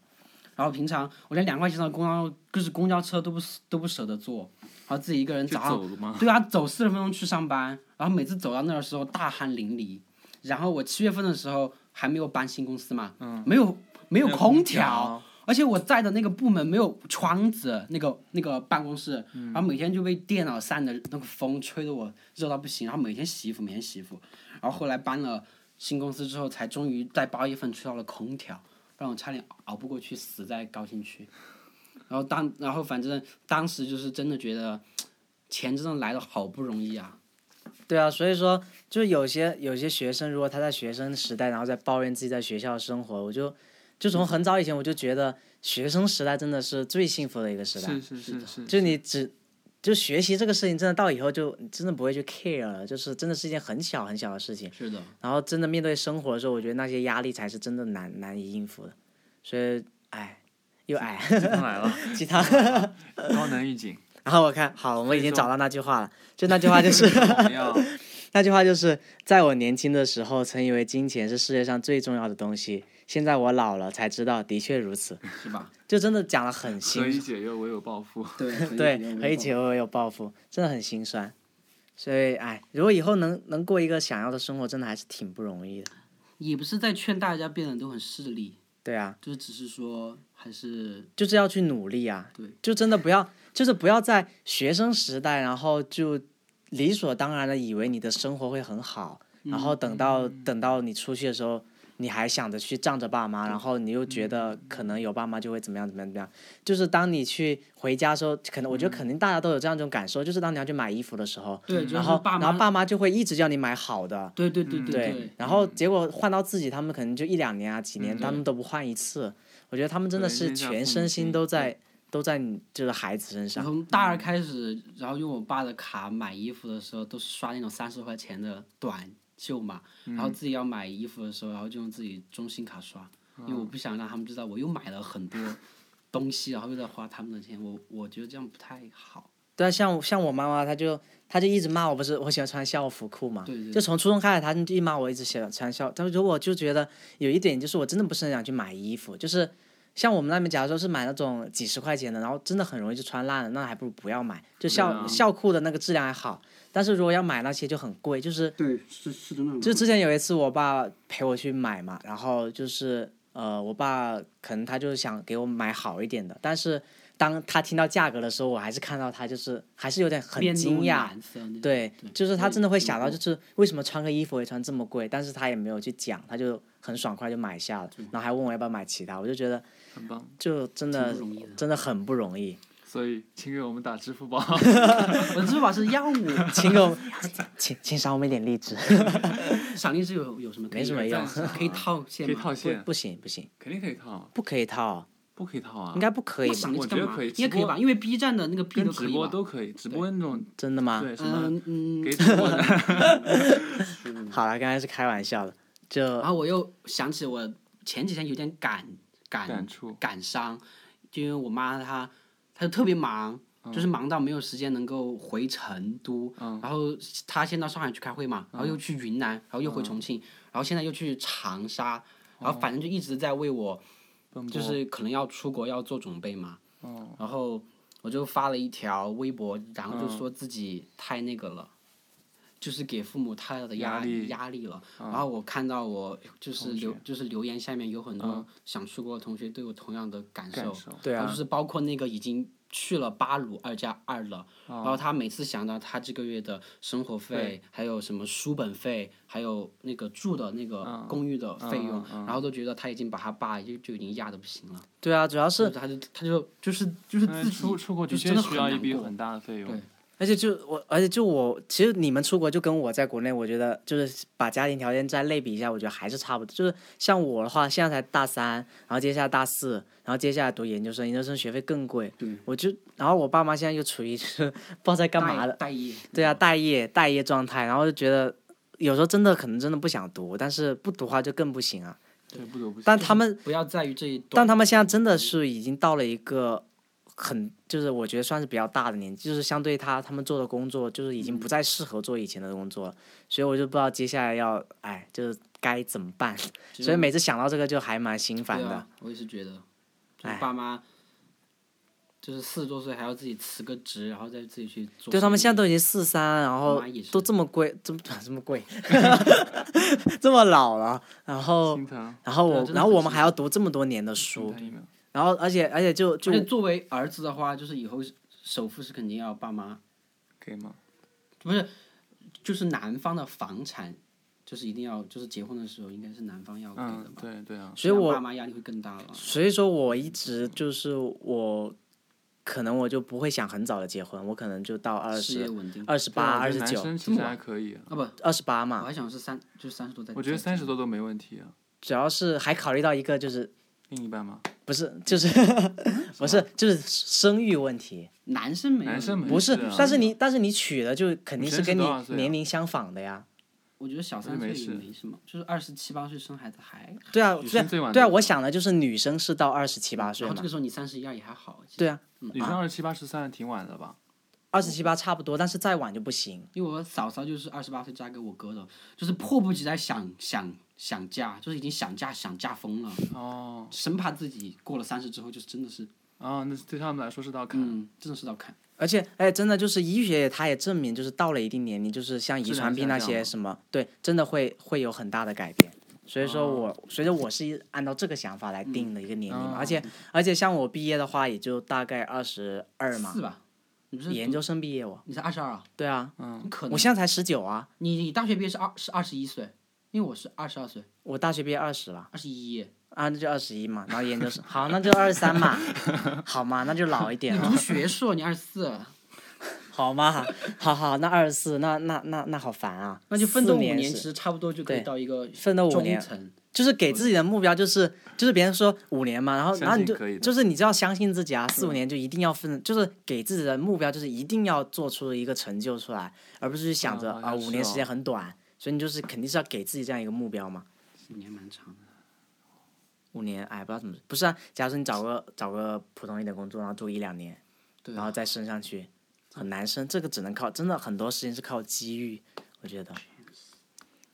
Speaker 3: 然后平常我连两块钱的公交就是公交车都不都不舍得坐，然后自己一个人
Speaker 4: 就
Speaker 3: 早上
Speaker 4: 走了吗？
Speaker 3: 对啊，走四十分钟去上班，然后每次走到那儿的时候大汗淋漓。然后我七月份的时候还没有搬新公司嘛，没有没有
Speaker 4: 没有
Speaker 3: 空
Speaker 4: 空
Speaker 3: 调
Speaker 4: 调，
Speaker 3: 而且我在的那个部门没有窗子，那个那个办公室，然后每天就被电脑扇的那个风吹得我热到不行，然后每天洗衣服，每天洗衣服，然后后来搬了新公司之后，才终于在八月份吹到了空调，让我差点熬不过去，死在高新区。然后当然后反正当时就是真的觉得，钱真的来的好不容易啊，
Speaker 2: 对啊，所以说就有些有些学生，如果他在学生时代，然后在抱怨自己在学校的生活，我就就从很早以前我就觉得学生时代真的是最幸福的一个时代，
Speaker 4: 是是是是， *laughs*
Speaker 2: 就你只就学习这个事情，真的到以后就你真的不会去 care 了，就是真的是一件很小很小的事情。
Speaker 3: 是的。
Speaker 2: 然后真的面对生活的时候，我觉得那些压力才是真的难难以应付的。所以，哎，又矮 *laughs*
Speaker 4: 鸡汤来了，
Speaker 2: 鸡汤。
Speaker 4: 高能预警，
Speaker 2: 然后我看好，我们已经
Speaker 4: 说
Speaker 2: 找到那句话了，就那句话就是 *laughs*
Speaker 4: 我
Speaker 3: *laughs*
Speaker 4: 们要
Speaker 2: 那句话就是，在我年轻的时候，曾以为金钱是世界上最重要的东西，现在我老了才知道，的确如此。
Speaker 3: 是吧？
Speaker 2: 就真的讲的很心
Speaker 4: 何以解忧，唯有暴富。
Speaker 3: 对
Speaker 2: 对，和一起我有抱负，真的很心酸。所以，哎，如果以后能能过一个想要的生活，真的还是挺不容易的。
Speaker 3: 也不是在劝大家变得都很势利，
Speaker 2: 对啊，
Speaker 3: 就是只是说还是
Speaker 2: 就是要去努力啊。
Speaker 3: 对，
Speaker 2: 就真的不要，就是不要在学生时代，然后就理所当然的以为你的生活会很好，
Speaker 3: 嗯
Speaker 2: 然后等到、等到你出去的时候，你还想着去仗着爸妈，然后你又觉
Speaker 3: 嗯
Speaker 2: 得可能有爸妈就会怎么样怎么样怎么样。就是当你去回家的时候，可能我觉得肯定大家都有这样一种感受，就是当你要去买衣服的时候，
Speaker 3: 对，就
Speaker 2: 然
Speaker 3: 是
Speaker 2: 后
Speaker 3: 爸
Speaker 2: 然后
Speaker 3: 妈，
Speaker 2: 爸妈就会一直叫你买好的，
Speaker 3: 对对对对
Speaker 2: 对，
Speaker 3: 嗯对，
Speaker 2: 然后结果换到自己，他们可能就一两年啊、几年，
Speaker 4: 嗯
Speaker 2: 他们都不换一次。我觉得他们真的
Speaker 4: 对
Speaker 2: 是
Speaker 4: 那像
Speaker 2: 全
Speaker 4: 父母
Speaker 2: 身
Speaker 4: 亲
Speaker 2: 心都在都在你这个孩子身
Speaker 3: 然
Speaker 2: 上。
Speaker 3: 后大二开始，然后用我爸的卡买衣服的时候，都是刷那种三十块钱的短袖嘛，然后自己要买衣服的时候，然后就用自己中信卡刷，因为我不想让他们知道我又买了很多东西，然后又在花他们的钱，我我觉得这样不太好。
Speaker 2: 对啊，像像我妈妈，她就他就一直骂我，不是我喜欢穿校服裤嘛，
Speaker 3: 对对
Speaker 2: 就从初中开始，他就一骂我一直喜欢穿校，但是我就觉得有一点就是我真的不是很想去买衣服，就是像我们那边，假如说是买那种几十块钱的，然后真的很容易就穿烂了，那还不如不要买。就校、
Speaker 4: 对啊
Speaker 2: 校裤的那个质量还好，但是如果要买那些就很贵，就是
Speaker 3: 对，是是真的很贵。
Speaker 2: 就之前有一次，我爸陪我去买嘛，然后就是呃，我爸可能他就是想给我买好一点的，但是当他听到价格的时候，我还是看到他就是还是有点很
Speaker 3: 面
Speaker 2: 惊
Speaker 3: 露
Speaker 2: 讶，
Speaker 3: 难色那种，
Speaker 2: 对，就是他
Speaker 3: 我也
Speaker 2: 真的会
Speaker 3: 听
Speaker 2: 想到，
Speaker 3: 过
Speaker 2: 就是为什么穿个衣服会穿这么贵，但是他也没有去讲，他就很爽快就买下了，然后还问我要不要买其他，我就觉得
Speaker 4: 很棒。
Speaker 2: 就真的
Speaker 3: 挺不容易的
Speaker 2: 真的很不容
Speaker 3: *laughs*
Speaker 2: 易，
Speaker 4: 所以，请给我们打支付宝。
Speaker 3: 我的支付 *laughs* 宝是药物，
Speaker 2: 请给我 *laughs* 请请赏我们一点励志，
Speaker 3: 赏荔枝有有什么可以
Speaker 2: 没什么
Speaker 4: *laughs*
Speaker 2: 用
Speaker 3: 赞可以套现
Speaker 4: 可以
Speaker 3: 吗？
Speaker 2: *laughs*
Speaker 4: 套
Speaker 2: 不
Speaker 4: 现，
Speaker 2: 不行不行，
Speaker 4: 肯定可以套，
Speaker 2: 不可以套，
Speaker 4: 不可以套啊？
Speaker 2: 应该不可以
Speaker 3: 我
Speaker 2: 吧
Speaker 3: 赏？荔
Speaker 4: 我
Speaker 3: 枝
Speaker 4: 觉
Speaker 3: 干
Speaker 4: 得
Speaker 3: 嘛？
Speaker 4: 可以
Speaker 3: 应该
Speaker 4: 直
Speaker 3: 可以
Speaker 4: 播
Speaker 3: 吧？因为 B 站的那个币
Speaker 4: 跟
Speaker 3: 都可
Speaker 4: 直
Speaker 3: 以
Speaker 4: 播
Speaker 3: 吧？
Speaker 4: 都可以，直播那种
Speaker 2: 真的吗？
Speaker 4: 对什么
Speaker 3: 嗯嗯
Speaker 4: 给。主
Speaker 3: *laughs*
Speaker 4: 播的，
Speaker 2: 好了，刚才是开玩笑的，就
Speaker 3: 然后我又想起我前几天有点感感
Speaker 4: 感触
Speaker 3: 感伤，就因为我妈她她就特别忙，
Speaker 4: 嗯
Speaker 3: 就是忙到没有时间能够回成都，然后她先到上海去开会嘛，然后
Speaker 4: 嗯
Speaker 3: 又去云南，然后又回重庆，然后现在又去长沙，
Speaker 4: 哦
Speaker 3: 然后反正就一直在为我
Speaker 4: 奔波
Speaker 3: 就是可能要出国要做准备嘛，然后我就发了一条微博，然后就说自己太那个了，就是给父母太大的压
Speaker 4: 压力
Speaker 3: 压力嗯了。然后我看到我就是留就是留言下面有很多想出国的同学对我同样的嗯感受，
Speaker 4: 感受
Speaker 2: 对
Speaker 3: 然
Speaker 2: 啊
Speaker 3: 后就是包括那个已经去了巴鲁二加二了，
Speaker 2: 啊
Speaker 3: 然后他每次想到他这个月的生活费，还有什么书本费，还有那个住的那
Speaker 2: 啊
Speaker 3: 个公寓的费用，然后都觉得他已经把他爸就就已经压得不行了，
Speaker 2: 对啊，主要是
Speaker 3: 他就他就就是就是
Speaker 4: 因
Speaker 3: 自
Speaker 4: 为
Speaker 2: 哎
Speaker 3: 己
Speaker 4: 哎出出国的
Speaker 3: 就
Speaker 4: 确
Speaker 3: 真的
Speaker 2: 啊
Speaker 4: 需要一
Speaker 3: 难
Speaker 4: 笔
Speaker 3: 过
Speaker 4: 很大的费用，
Speaker 2: 而且就我，而且就我，其实你们出国就跟我在国内，我觉得就是把家庭条件再类比一下，我觉得还是差不多。就是像我的话，现在才大三，然后接下来大四，然后接下来读研究生，研究生学费更贵。我就，然后我爸妈现在又处于就是 *laughs* 不知道在干嘛的，
Speaker 3: 待业，
Speaker 2: 对啊，待业待业状态，然后就觉得有时候真的可能真的不想读，但是不读的话就更不行啊。
Speaker 4: 对，不得不
Speaker 2: 但他们
Speaker 3: 不要在于这一段，
Speaker 2: 但他们现在真的是已经到了一个很，就是我觉得算是比较大的年纪，就是相对他他们做的工作，就是已经不再适合做以前的工
Speaker 3: 嗯
Speaker 2: 作了，所以我就不知道接下来要，哎，就是该怎么办。
Speaker 3: 只
Speaker 2: 所以
Speaker 3: 有
Speaker 2: 每次想到这个就还蛮心烦
Speaker 3: 对
Speaker 2: 的。哎
Speaker 3: 啊，我也是觉得，就是爸妈。就是四十多岁还要自己辞个职，然后再自己去做生意。
Speaker 2: 对他们现在都已经四三，然后
Speaker 3: 妈也是
Speaker 2: 都这么贵，这么这么贵， *laughs* 这么老了，然后
Speaker 4: 心疼。
Speaker 2: 然后
Speaker 3: 对啊
Speaker 2: 我
Speaker 3: 真的
Speaker 2: 然后
Speaker 3: 很
Speaker 2: 我们
Speaker 3: 心嗯
Speaker 2: 还要读这么多年的
Speaker 4: 心
Speaker 2: 书，
Speaker 4: 疼一秒
Speaker 2: 然后而且而且就就
Speaker 3: 而且作为儿子的话，就是以后首付是肯定要爸妈，
Speaker 4: 可以吗？
Speaker 3: 就是男方的房产，就是一定要，就是结婚的时候应该是男方要给的
Speaker 4: 嗯，
Speaker 3: 吧。
Speaker 4: 对对啊，
Speaker 2: 所以
Speaker 3: 这样
Speaker 2: 我
Speaker 3: 爸妈压力会更大了。
Speaker 2: 所以说我一直就是我，可能我就不会想很早的结婚，我可能就到二
Speaker 3: 事业
Speaker 2: 十、
Speaker 3: 稳定
Speaker 2: 二十
Speaker 4: 对
Speaker 2: 八、
Speaker 4: 我
Speaker 2: 二
Speaker 4: 觉
Speaker 2: 十
Speaker 4: 得男
Speaker 2: 九、
Speaker 4: 生其实还可以啊，
Speaker 3: 啊不，我
Speaker 2: 二十八嘛。
Speaker 3: 还想是三，就是三十多再。
Speaker 4: 我觉得
Speaker 3: 再
Speaker 4: 三十多都没问题啊。
Speaker 2: 主要是还考虑到一个就是
Speaker 4: 另一半嘛，
Speaker 2: 不是就是
Speaker 4: 嗯
Speaker 2: 不是就是生育问题，
Speaker 3: 男生没有
Speaker 4: 男生没
Speaker 2: 不是
Speaker 4: 是啊，
Speaker 2: 但是你但是你娶的就肯定
Speaker 4: 你
Speaker 2: 是
Speaker 4: 真
Speaker 2: 跟
Speaker 4: 是
Speaker 2: 你
Speaker 4: 多少岁啊
Speaker 2: 年龄相仿的呀。
Speaker 3: 我觉得小三
Speaker 4: 我觉
Speaker 3: 岁也
Speaker 4: 得没事
Speaker 3: 没什么，就是二十七八岁生孩子还，
Speaker 2: 对啊，
Speaker 4: 女
Speaker 2: 对
Speaker 4: 生
Speaker 2: 啊
Speaker 4: 最晚嗯啊
Speaker 2: 对啊，
Speaker 4: 多
Speaker 2: 我
Speaker 4: 少
Speaker 2: 想的就是女生是到二十七八岁
Speaker 3: 然后这
Speaker 2: 嘛
Speaker 3: 个，时候你三十一二也还好。其实
Speaker 2: 对，啊，
Speaker 4: 女生二十七八十三挺晚的吧？
Speaker 2: 二十七八差不多，但是再晚就不行。
Speaker 3: 因为我嫂嫂就是二十八岁嫁给我哥的，就是迫不及待想想想嫁，就是已经想嫁想嫁疯了，
Speaker 4: 哦，
Speaker 3: 生怕自己过了三十之后就是真的是，
Speaker 4: 啊，那对他们来说是道坎。
Speaker 3: 嗯，真的是要看。
Speaker 2: 而且，哎，真的就是医学，它也证明，就是到了一定年龄，就是像遗
Speaker 4: 质量
Speaker 2: 传病那
Speaker 4: 下降
Speaker 2: 些
Speaker 4: 了
Speaker 2: 什么，对，真的会会有很大的改变。所以说我，
Speaker 3: 哦
Speaker 2: 所以说我是按照这个想法来
Speaker 3: 嗯
Speaker 2: 定的一个年龄嘛，而且而且像我毕业的话，也就大概二十二嘛
Speaker 3: 四，吧？你不是
Speaker 2: 研究生毕业我，
Speaker 3: 你才二十二啊？
Speaker 2: 对啊，
Speaker 3: 怎么可能？
Speaker 2: 我现在才十九啊，
Speaker 3: 你你大学毕业是二是二十一岁，因为我是二十二岁，
Speaker 2: 我大学毕业二十了
Speaker 3: 二
Speaker 2: *laughs*
Speaker 3: 十一。
Speaker 2: 啊，那就二十一嘛，然后研究
Speaker 3: *laughs*
Speaker 2: 生，好，那就二十三嘛，好嘛，那就老一点
Speaker 3: 你
Speaker 2: 了
Speaker 3: *laughs* 读，学硕，你二十四，
Speaker 2: 好嘛，好好，那二十四，那那那那好烦啊，
Speaker 3: 那就奋斗
Speaker 2: 四
Speaker 3: 五
Speaker 2: 年
Speaker 3: 年，
Speaker 2: 是
Speaker 3: 其实差不多就可以到一个
Speaker 2: 奋斗五年
Speaker 3: 中层。
Speaker 2: 就是给自己的目标，就是就是别人说五年嘛，然后
Speaker 4: 相信
Speaker 2: 然后你就
Speaker 4: 可以的
Speaker 2: 就是你就要相信自己啊，四五年就一定要分，就是给自己的目标就是一定要做出一个成就出来，而不是去想着
Speaker 4: 嗯好
Speaker 2: 啊
Speaker 4: 像
Speaker 2: 五年
Speaker 4: 是
Speaker 2: 时间
Speaker 4: 哦
Speaker 2: 很短，所以你就是肯定是要给自己这样一个目标嘛。
Speaker 3: 五年蛮长的，
Speaker 2: 五年，哎，不知道怎么，不是啊，假如说你找个找个普通一点工作，然后做一两年，
Speaker 3: 对啊
Speaker 2: 然后再升上去，很难升，这个只能靠真的很多事情是靠机遇，我觉得。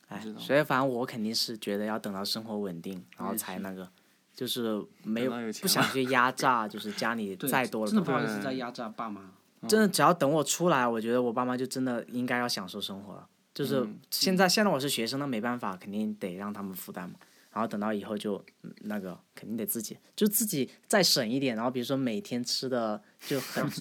Speaker 2: 哎
Speaker 4: 知，道
Speaker 2: 所以反正我肯定是觉得要等到生活稳定，然后
Speaker 3: 也
Speaker 2: 才
Speaker 3: 是
Speaker 2: 那个，就是没
Speaker 4: 等到有钱
Speaker 2: 不想去压榨，就是家里
Speaker 3: 对
Speaker 2: 再多了
Speaker 3: 真的不
Speaker 2: 吧，
Speaker 3: 好意思
Speaker 4: 对
Speaker 3: 在压榨爸妈。
Speaker 4: 嗯
Speaker 2: 真的只要等我出来，我觉得我爸妈就真的应该要享受生活了。就是
Speaker 4: 嗯
Speaker 2: 现在，现在我是学生，那没办法，肯定得让他们负担嘛。然后等到以后就嗯那个，肯定得自己，就自己再省一点。然后比如说每天吃的就很
Speaker 4: *laughs*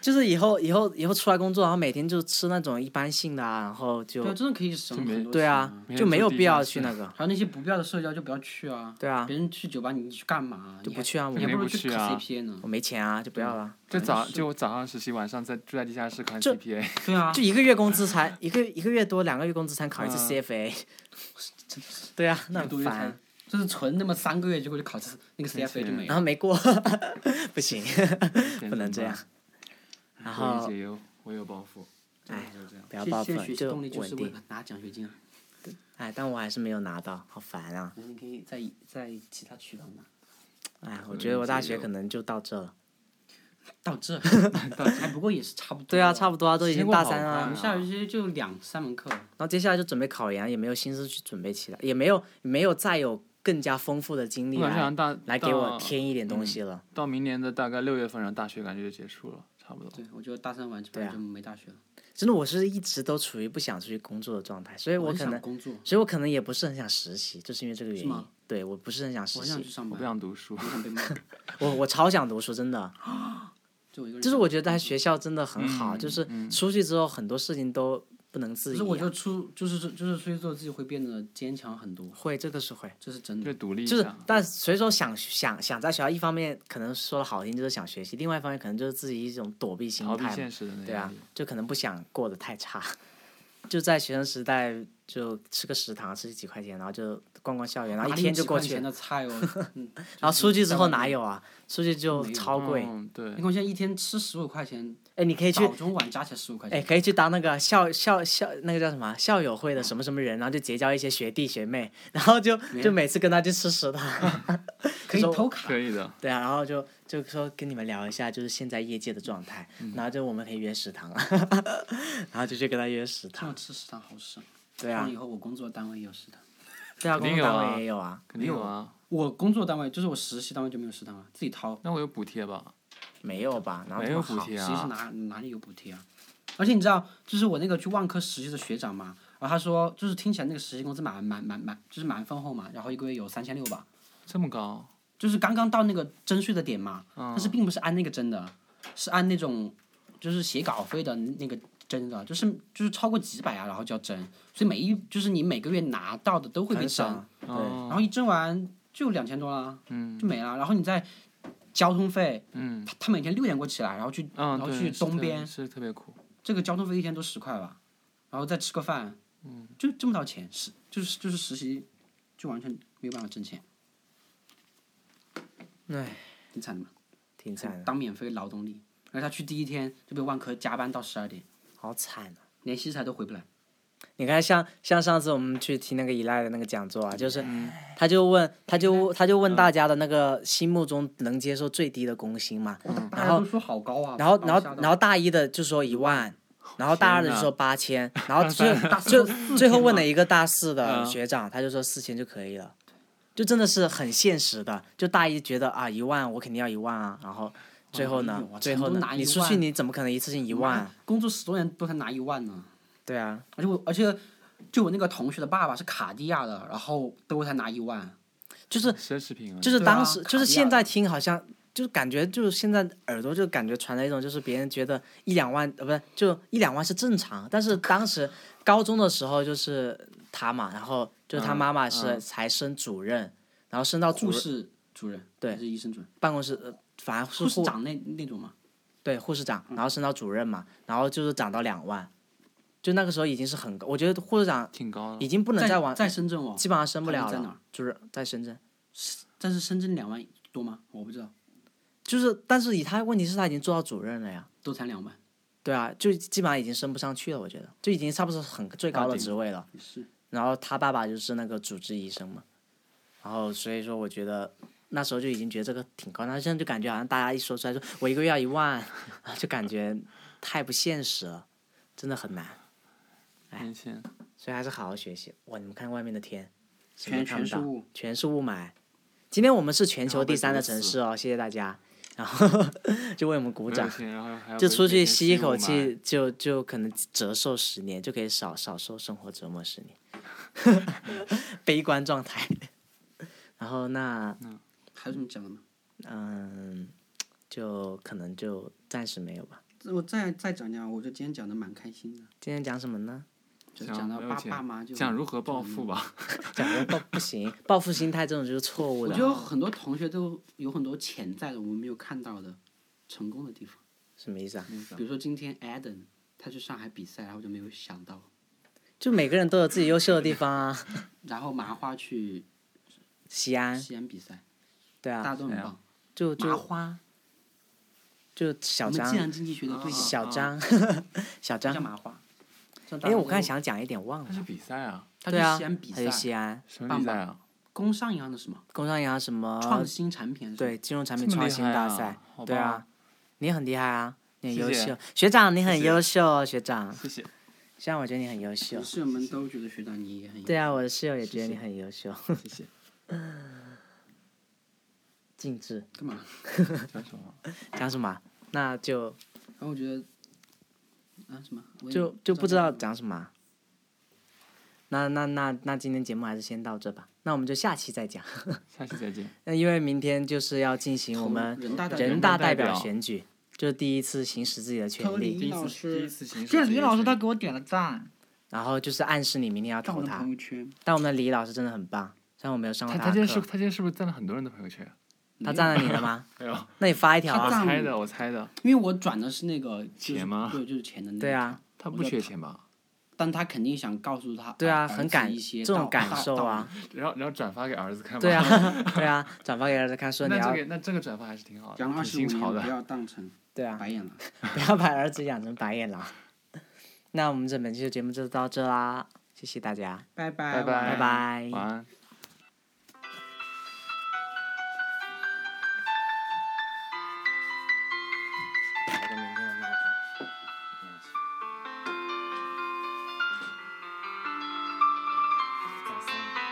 Speaker 2: 就是以后以后以后出来工作，然后每天就吃那种一般性的啊，然后就
Speaker 3: 对啊，真的可以省
Speaker 4: 就没
Speaker 3: 很多
Speaker 2: 对
Speaker 3: 钱
Speaker 2: 啊，
Speaker 4: 每天
Speaker 2: 就没
Speaker 4: 做
Speaker 2: 有
Speaker 4: 地
Speaker 2: 必要
Speaker 4: 方
Speaker 2: 去
Speaker 4: 吃嗯
Speaker 2: 那个，
Speaker 3: 还有那些不必要的社交就不要去啊。
Speaker 2: 对啊
Speaker 3: 别人去酒吧你去干嘛？
Speaker 2: 就
Speaker 3: 你
Speaker 2: 不
Speaker 3: 还
Speaker 2: 去啊，我
Speaker 3: 你还
Speaker 4: 没
Speaker 3: 不
Speaker 4: 不
Speaker 3: 如去
Speaker 4: 去
Speaker 3: 考
Speaker 4: 啊
Speaker 3: CPA 呢
Speaker 2: 我。没钱啊，就不要了。
Speaker 4: 就早
Speaker 3: 是
Speaker 4: 就我早上实习，晚上在就在地下室看
Speaker 2: 这
Speaker 4: CPA，
Speaker 3: 对啊，
Speaker 2: 就一个月工资才一个一个月多两个月工资才考一次 CFA，、对啊，那
Speaker 3: 一个多
Speaker 2: 很
Speaker 3: 月才
Speaker 2: 烦，
Speaker 3: 就是存那么三个月，结果就考试那个 CFA 就没
Speaker 2: 然
Speaker 3: 了。
Speaker 2: 后没过， *laughs* 不行，
Speaker 4: 不
Speaker 2: *laughs* 不能这样。然后哎
Speaker 4: 姐有我有包袱，真的就这样。
Speaker 2: 不要
Speaker 3: 其
Speaker 2: 报
Speaker 3: 实现
Speaker 2: 粉
Speaker 3: 在学习
Speaker 2: 就
Speaker 3: 动力就是
Speaker 2: 稳
Speaker 3: 为
Speaker 2: 定。
Speaker 3: 了拿奖学金啊，
Speaker 2: 哎，但我还是没有拿到，好烦啊！
Speaker 3: 你可以在在其他渠道拿。
Speaker 2: 哎，我
Speaker 4: 能
Speaker 2: 觉得我大
Speaker 4: 解
Speaker 2: 学
Speaker 4: 忧
Speaker 2: 可能就到这了。
Speaker 3: 到这，
Speaker 2: *laughs*
Speaker 3: 还不过也是差不多。
Speaker 2: 对啊，差不多啊，都已
Speaker 4: 时
Speaker 2: 经
Speaker 4: 间过
Speaker 2: 大
Speaker 4: 好
Speaker 2: 三了
Speaker 4: 快
Speaker 2: 啊
Speaker 4: 啊
Speaker 3: 我，们下学期就两三门课，
Speaker 2: 然后接下来就准备考研，也没有心思去准备其他，也没有没有再有更加丰富的经历
Speaker 4: 我感觉嗯好
Speaker 2: 来
Speaker 4: 像大
Speaker 2: 来给我
Speaker 4: 到
Speaker 2: 添一点东西了。
Speaker 4: 到明年的大概六月份，然后大学感觉就结束了，差不多。
Speaker 3: 对我觉得大三完基
Speaker 2: 啊
Speaker 3: 本上就没大学了。
Speaker 2: 真的，我是一直都处于不想出去工作的状态，所以我
Speaker 3: 很
Speaker 2: 可
Speaker 3: 想
Speaker 2: 能
Speaker 3: 工作，
Speaker 2: 所以我可能也不是很想实习，就是因为这个原因
Speaker 3: 吗。
Speaker 2: 对我不是很想实
Speaker 3: 我想去
Speaker 2: 习，
Speaker 3: 上
Speaker 4: 我
Speaker 3: 班，
Speaker 4: 不想读书，
Speaker 2: 嗯
Speaker 3: 我想
Speaker 2: *laughs*
Speaker 3: 被骂。
Speaker 2: 我我超想读书，真的。
Speaker 3: 就我一个人。
Speaker 2: 就是我觉得在学校真的很好，
Speaker 4: 嗯
Speaker 2: 就是
Speaker 4: 嗯
Speaker 2: 出去之后很多事情都不能自
Speaker 3: 可
Speaker 2: 理、
Speaker 3: 是
Speaker 2: 啊。
Speaker 3: 我觉得出就是就是出去做自己会变得坚强很多，
Speaker 2: 会，这个是会。
Speaker 3: 这是真
Speaker 4: 就
Speaker 3: 的。
Speaker 4: 独立一
Speaker 2: 就是
Speaker 4: 下。，
Speaker 2: 但所以说想想想在学校，一方面可能说的好听就是想学习，另外一方面可能就是自己一种躲避心
Speaker 4: 逃避
Speaker 2: 态嘛，
Speaker 4: 现实的那
Speaker 2: 对
Speaker 4: 压
Speaker 2: 啊
Speaker 4: 力，，
Speaker 2: 就可能不想过得太差， *laughs* 就在学生时代就吃个食堂吃几块钱，然后就逛逛校园，然后
Speaker 3: 哪
Speaker 2: 一
Speaker 3: 里
Speaker 2: 天
Speaker 3: 有
Speaker 2: 就
Speaker 3: 几
Speaker 2: 过
Speaker 3: 块
Speaker 2: 去
Speaker 3: 钱
Speaker 2: 了，
Speaker 3: 的
Speaker 2: *laughs*
Speaker 3: 菜哦，嗯
Speaker 2: 然后出去之后哪
Speaker 3: 有？
Speaker 2: 有啊？出去就
Speaker 3: 没有
Speaker 2: 超贵，
Speaker 4: 嗯，对
Speaker 3: 你看，我现在一天吃十五块钱，
Speaker 2: 哎，你可以去
Speaker 3: 早中晚加起来十五块
Speaker 2: 哎，
Speaker 3: 钱，
Speaker 2: 可以去当那个校校校那个叫什么啊校友会的什么什么人，然后就结交一些学弟学妹，然后就就每次跟他去吃食堂，
Speaker 3: 可以
Speaker 2: 说
Speaker 3: 偷卡。
Speaker 4: 可以的。
Speaker 2: 对啊，然后就就说跟你们聊一下就是现在业界的状态，
Speaker 4: 嗯
Speaker 2: 然后就我们可以约食堂， *laughs* 然后就去跟他约食
Speaker 3: 这
Speaker 2: 堂
Speaker 4: 嗯
Speaker 3: 样，吃食堂好省。
Speaker 2: 对啊
Speaker 3: 以，后我工作单位也有食堂，
Speaker 2: 对啊，
Speaker 4: 肯
Speaker 2: 工
Speaker 4: 定
Speaker 2: 作
Speaker 4: 有
Speaker 2: 单
Speaker 4: 啊
Speaker 2: 位也有啊，
Speaker 4: 肯定有啊，
Speaker 3: 我工作单位就是我实习单位就没有食堂啊，自己掏。
Speaker 4: 那我有补贴吧？
Speaker 2: 没有吧？然后
Speaker 4: 没有补贴
Speaker 3: 实
Speaker 4: 啊
Speaker 3: 习是哪哪里有补贴啊？而且你知道，就是我那个去万科实习的学长嘛，然后他说，就是听起来那个实习工资蛮蛮蛮蛮，就是蛮丰厚嘛，然后一个月有三千六吧，
Speaker 4: 这么高？
Speaker 3: 就是刚刚到那个征税的点嘛，
Speaker 2: 嗯
Speaker 3: 但是并不是按那个征的，是按那种就是写稿费的那个征的，就是就是超过几百啊，然后就要征，所以每一就是你每个月拿到的都会被
Speaker 2: 很
Speaker 3: 征，
Speaker 2: 少，对，
Speaker 4: 哦
Speaker 3: 然后一征完就两千多了，嗯，就没了。然后你再交通费，
Speaker 4: 嗯
Speaker 3: 他他每天六点过起来，然后去、
Speaker 4: 嗯，
Speaker 3: 然后
Speaker 4: 对
Speaker 3: 去
Speaker 4: 是特
Speaker 3: 东边，
Speaker 4: 是特别苦。
Speaker 3: 这个交通费一天都十块吧，然后再吃个饭，嗯，就挣不到钱，实就是就是实习就完全没有办法挣钱，
Speaker 2: 唉，
Speaker 3: 挺惨的嘛，
Speaker 2: 挺惨啊的，
Speaker 3: 当免费劳动力。然后他去第一天就被万科加班到十二点，
Speaker 2: 好惨啊。
Speaker 3: 连西财都回不来。
Speaker 2: 你看像，像上次我们去听那个依赖的那个讲座啊，就是
Speaker 3: 嗯
Speaker 2: 他就问，他就他就问大家的那个心目中能接受最低的工薪嘛，
Speaker 3: 大家都说好高啊，
Speaker 2: 嗯然后然
Speaker 3: 把嗯我
Speaker 2: 后
Speaker 3: 吓到
Speaker 2: 然后大一的就说一万，然后大二的就
Speaker 4: 天哪
Speaker 2: 说八千，然后
Speaker 3: *laughs*
Speaker 2: 最就就最后问了一个大四
Speaker 3: 嗯
Speaker 2: 的学长，他就说四千就可以了，就真的是很现实的，就大一觉得啊一万我肯定要一万啊，然后最后
Speaker 3: 哎
Speaker 2: 呢
Speaker 3: 呦我
Speaker 2: 最
Speaker 3: 成
Speaker 2: 后
Speaker 3: 都
Speaker 2: 呢
Speaker 3: 拿
Speaker 2: 你
Speaker 3: 一
Speaker 2: 出去
Speaker 3: 万
Speaker 2: 你怎么可能一次性一万？啊
Speaker 3: 工作十多年都才拿一万呢。
Speaker 2: 对啊，
Speaker 3: 而且我，而且就我那个同学的爸爸是卡地亚的，然后都才拿一万，
Speaker 2: 就是
Speaker 4: 奢侈品啊，
Speaker 2: 就是
Speaker 3: 对
Speaker 2: 当
Speaker 3: 啊
Speaker 2: 时、
Speaker 3: 卡
Speaker 2: 就是
Speaker 3: 地
Speaker 2: 现
Speaker 3: 亚
Speaker 2: 在听好像就是感觉就是现在耳朵就感觉传来一种就是别人觉得一两万呃不是就一两万是正常，但是当时高中的时候就是他嘛，然后就是他
Speaker 4: 嗯
Speaker 2: 妈妈是
Speaker 4: 嗯
Speaker 2: 才升主任，然后升到主
Speaker 3: 护
Speaker 2: 任
Speaker 3: 士主任，
Speaker 2: 对
Speaker 3: 还是医生主任，
Speaker 2: 办公室，呃、反正是
Speaker 3: 护士
Speaker 2: 护
Speaker 3: 长嗯那那种嘛，
Speaker 2: 对护士长，然后升到主任嘛，然后就是涨到两万，就那个时候已经是很高，我觉得护士长
Speaker 4: 挺高的
Speaker 2: 已。经不能
Speaker 3: 在
Speaker 2: 再往
Speaker 3: 在深圳哦，
Speaker 2: 基本上升不
Speaker 3: 他们
Speaker 2: 了
Speaker 3: 在哪
Speaker 2: 了
Speaker 3: 儿，
Speaker 2: 就是在深圳。
Speaker 3: 但是深圳两万多吗？我不知道，
Speaker 2: 就是，但是以他问题是他已经做到主任了呀，
Speaker 3: 都才两万，
Speaker 2: 对啊，就基本上已经升不上去了，我觉得就已经差不多是很最高的职位了。
Speaker 3: 也是，
Speaker 2: 然后他爸爸就是那个主治医生嘛，然后所以说我觉得那时候就已经觉得这个挺高，但是现在就感觉好像大家一说出来说我一个月要一万， *laughs* 就感觉太不现实了，真的很难。
Speaker 4: 年限，
Speaker 2: 所以还是好好学习。哇，你们看外面的天，什么都
Speaker 3: 全
Speaker 2: 看不
Speaker 3: 全是
Speaker 2: 到
Speaker 3: 雾，
Speaker 2: 全是雾霾。今天我们是全
Speaker 3: 然
Speaker 2: 球
Speaker 3: 后被
Speaker 2: 第三的
Speaker 3: 毒死
Speaker 2: 城市哦，谢谢大家，然后 *laughs* 就为我们鼓
Speaker 4: 没
Speaker 3: 嗯
Speaker 2: 掌
Speaker 4: 有。钱，然后还要
Speaker 2: 就
Speaker 4: 被
Speaker 2: 出
Speaker 4: 每
Speaker 2: 去
Speaker 4: 天
Speaker 2: 吸一口
Speaker 4: 雾霾
Speaker 2: 气，就就可能折寿十年，就可以少少受生活折磨十年， *laughs* 悲观状态。 *laughs* 然后那
Speaker 3: 还有什么讲的吗？
Speaker 2: 嗯，就可能就暂时没有吧。
Speaker 3: 我再再讲讲，我觉得今天讲的蛮开心的，
Speaker 2: 今天讲什么呢？
Speaker 3: 就
Speaker 4: 讲
Speaker 3: 讲到
Speaker 4: 没有
Speaker 3: 爸
Speaker 4: 钱
Speaker 3: 爸妈就
Speaker 4: 讲如何暴富吧。 *laughs*
Speaker 2: 讲的报不行，报复心态这种就是错误
Speaker 3: 我
Speaker 2: 的啊
Speaker 3: 觉。得很多同学都有很多潜在的我们没有看到的成功的地方，
Speaker 2: 什么意思啊？
Speaker 3: 比如说今天 Adam 他去上海比赛，然后我就没有想到，
Speaker 2: 就每个人都有自己优秀的地方啊。
Speaker 3: 然后麻花去
Speaker 2: 西安，
Speaker 3: 西安比赛，
Speaker 2: 对
Speaker 3: 大家
Speaker 2: 啊，
Speaker 3: 都很
Speaker 4: 哎呀
Speaker 3: 棒。
Speaker 2: 就
Speaker 3: 麻
Speaker 2: 就
Speaker 3: 花，
Speaker 2: 就小
Speaker 3: 我们
Speaker 2: 张哦
Speaker 3: 计，量经济学的对象
Speaker 2: 小张，小
Speaker 3: 叫
Speaker 2: 张。
Speaker 3: 啊麻花。
Speaker 2: 哎，我刚才
Speaker 3: 看，
Speaker 2: 想讲一点忘
Speaker 4: 他是
Speaker 2: 了。
Speaker 4: 比赛啊，
Speaker 3: 他去
Speaker 2: 对啊，
Speaker 3: 西安比
Speaker 2: 他去
Speaker 3: 赛，
Speaker 2: 西安，
Speaker 4: 什么比赛啊？
Speaker 3: 工商银行的什么
Speaker 2: 工商银行什么
Speaker 3: 创新产品还是啊什
Speaker 2: 哦
Speaker 3: 么？
Speaker 2: 对，金融产
Speaker 4: 这
Speaker 2: 品
Speaker 4: 么
Speaker 2: 创
Speaker 4: 厉
Speaker 2: 新
Speaker 4: 害
Speaker 2: 大
Speaker 4: 啊
Speaker 2: 赛，
Speaker 4: 好
Speaker 2: 对
Speaker 4: 棒
Speaker 2: 啊，你很厉害啊，你很
Speaker 4: 谢
Speaker 2: 优
Speaker 4: 谢
Speaker 2: 秀，学长你很
Speaker 4: 谢
Speaker 2: 优秀哦，学长，
Speaker 4: 谢谢。
Speaker 2: 虽然我觉得你很优秀
Speaker 3: 同，事们都觉得学长你也很
Speaker 2: 对啊，我的室友也
Speaker 4: 谢
Speaker 2: 觉得你
Speaker 4: 谢
Speaker 2: 很优秀，
Speaker 4: 谢谢。
Speaker 2: *laughs* 静置
Speaker 3: 干嘛？
Speaker 4: 讲什么？
Speaker 2: 讲什么啊？那就
Speaker 3: 然后我觉得啊什么我
Speaker 4: 嗯
Speaker 3: 也
Speaker 2: 就就不知道
Speaker 3: 讲
Speaker 2: 讲什么啊。那那那那今天节目还是先到这吧，那我们就下期再讲。
Speaker 4: 下期再见。
Speaker 2: 那因为明天就是要进行我
Speaker 3: 投
Speaker 2: 们
Speaker 3: 人大
Speaker 2: 人
Speaker 3: 代表
Speaker 2: 大
Speaker 4: 人大
Speaker 2: 代
Speaker 4: 代
Speaker 2: 表
Speaker 4: 表
Speaker 2: 选举，就是第一次行使自己的权
Speaker 3: 投
Speaker 2: 利，
Speaker 4: 第
Speaker 3: 李
Speaker 4: 一
Speaker 3: 老
Speaker 4: 次，第一
Speaker 3: 师，
Speaker 4: 次行使
Speaker 5: 这
Speaker 4: 自己
Speaker 5: 李
Speaker 4: 的
Speaker 5: 老师
Speaker 4: 权
Speaker 5: 他
Speaker 4: 利
Speaker 5: 给我点了赞，
Speaker 2: 然后就是暗示你明天要
Speaker 3: 在
Speaker 2: 投
Speaker 3: 我的
Speaker 2: 他
Speaker 3: 朋。友圈，
Speaker 2: 但我们的李老师真的很棒，虽然我没有上过他
Speaker 4: 他他
Speaker 2: 的
Speaker 4: 今天
Speaker 2: 课
Speaker 4: 是，他今天是不是赞了很多人的朋友圈啊？
Speaker 2: 他占了你的吗？
Speaker 4: 没有，
Speaker 2: 那你发一条
Speaker 3: 他
Speaker 4: 我
Speaker 2: 啊！
Speaker 3: 赞
Speaker 4: 猜
Speaker 3: 我
Speaker 4: 的，我猜的。
Speaker 3: 因为我转的是那个就是
Speaker 4: 钱吗
Speaker 3: 对，就是钱的那个。
Speaker 2: 对啊，
Speaker 4: 他
Speaker 3: 我
Speaker 4: 不
Speaker 3: 就
Speaker 4: 缺钱吧？
Speaker 3: 但他肯定想告诉他，
Speaker 2: 对啊，
Speaker 3: 儿
Speaker 2: 很
Speaker 3: 子
Speaker 2: 感
Speaker 3: 一些
Speaker 2: 这种
Speaker 3: 道
Speaker 2: 感受。
Speaker 3: 道道
Speaker 2: 啊，
Speaker 4: *laughs* 然后然后转发给儿子看吗？
Speaker 2: 对啊，对啊，转发给儿子看，说你
Speaker 4: *laughs* 那
Speaker 2: 要
Speaker 4: 这个那这个转发还是挺好的，
Speaker 3: 养了二
Speaker 4: 挺
Speaker 3: 十五
Speaker 4: 新潮
Speaker 3: 年，
Speaker 4: 的
Speaker 3: 不。要当成
Speaker 2: 对啊，
Speaker 3: 白眼狼。
Speaker 2: 不要把儿子养成白眼狼。那我们这本期的节目就到这啦，谢谢大家，
Speaker 3: 拜拜，
Speaker 4: 拜
Speaker 2: 拜
Speaker 4: 拜
Speaker 2: 拜。
Speaker 4: 晚安。
Speaker 2: 来个明天的闹钟一定要起再三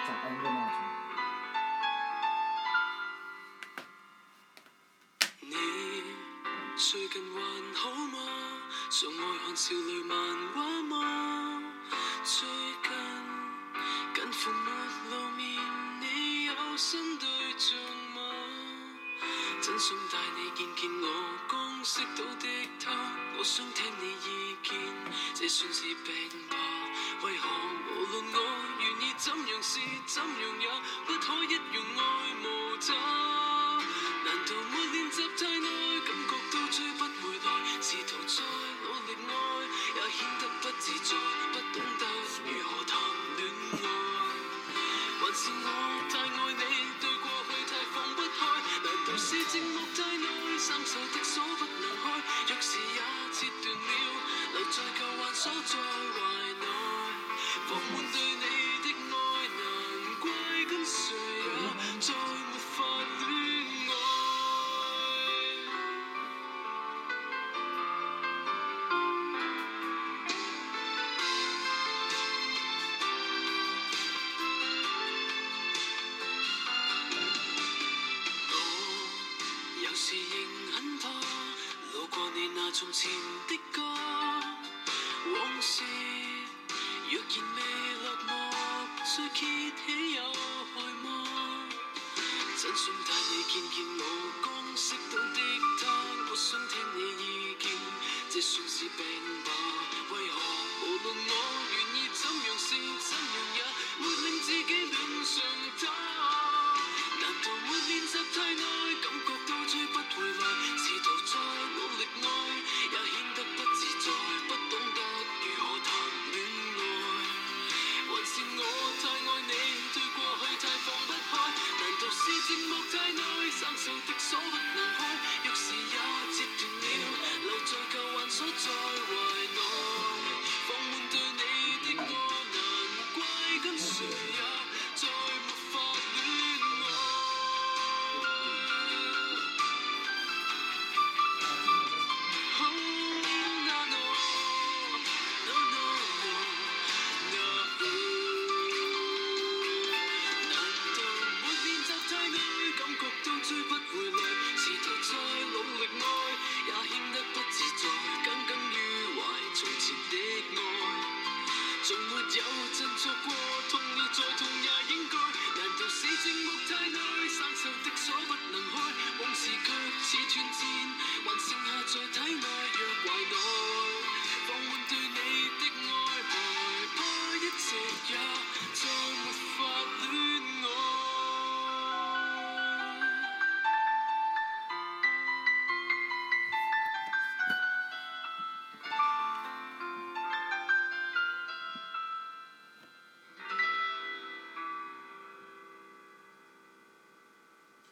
Speaker 2: 再 N 个闹钟
Speaker 1: 你最近還好嗎？常愛看少女漫畫嗎？最近近乎沒露面，你有新對象嗎？真想帶你見見我剛識到的他，我想聽你意見，這算是病吧？為何無論我願意怎樣是怎樣也不可一樣愛慕他？難道沒練習太耐，感覺都追不回來？試圖再努力愛，也顯得不自在，不懂得如何談戀愛。還是我太愛你，對過去太放不開？難道是寂寞太耐，三世的鎖不能開？若是也切斷了，留在舊患鎖在懷內，放滿對你的愛，難怪跟誰也再沒法戀愛。我有時仍很怕，路過你那從前的家，往事若然未落幕，再揭起有害嗎？真想帶你見見我剛識到的他，我想聽你意見，這算是病吧？為何無論我願意怎樣是怎樣也沒令自己戀上他？難道沒練習太耐，感覺都追不回來？試圖再努力愛，也顯得不自在，不懂得如何談戀愛。還是我太愛你，對過去太放不開。難道是寂寞太耐，生鏽的鎖不能開？若是也折斷了，留在舊患鎖在懷內，放滿對你的愛，難怪。有振作過，痛了再痛也應該。難道死寂寞太耐，散受的鎖不能開，往事卻似斷箭，還剩下在體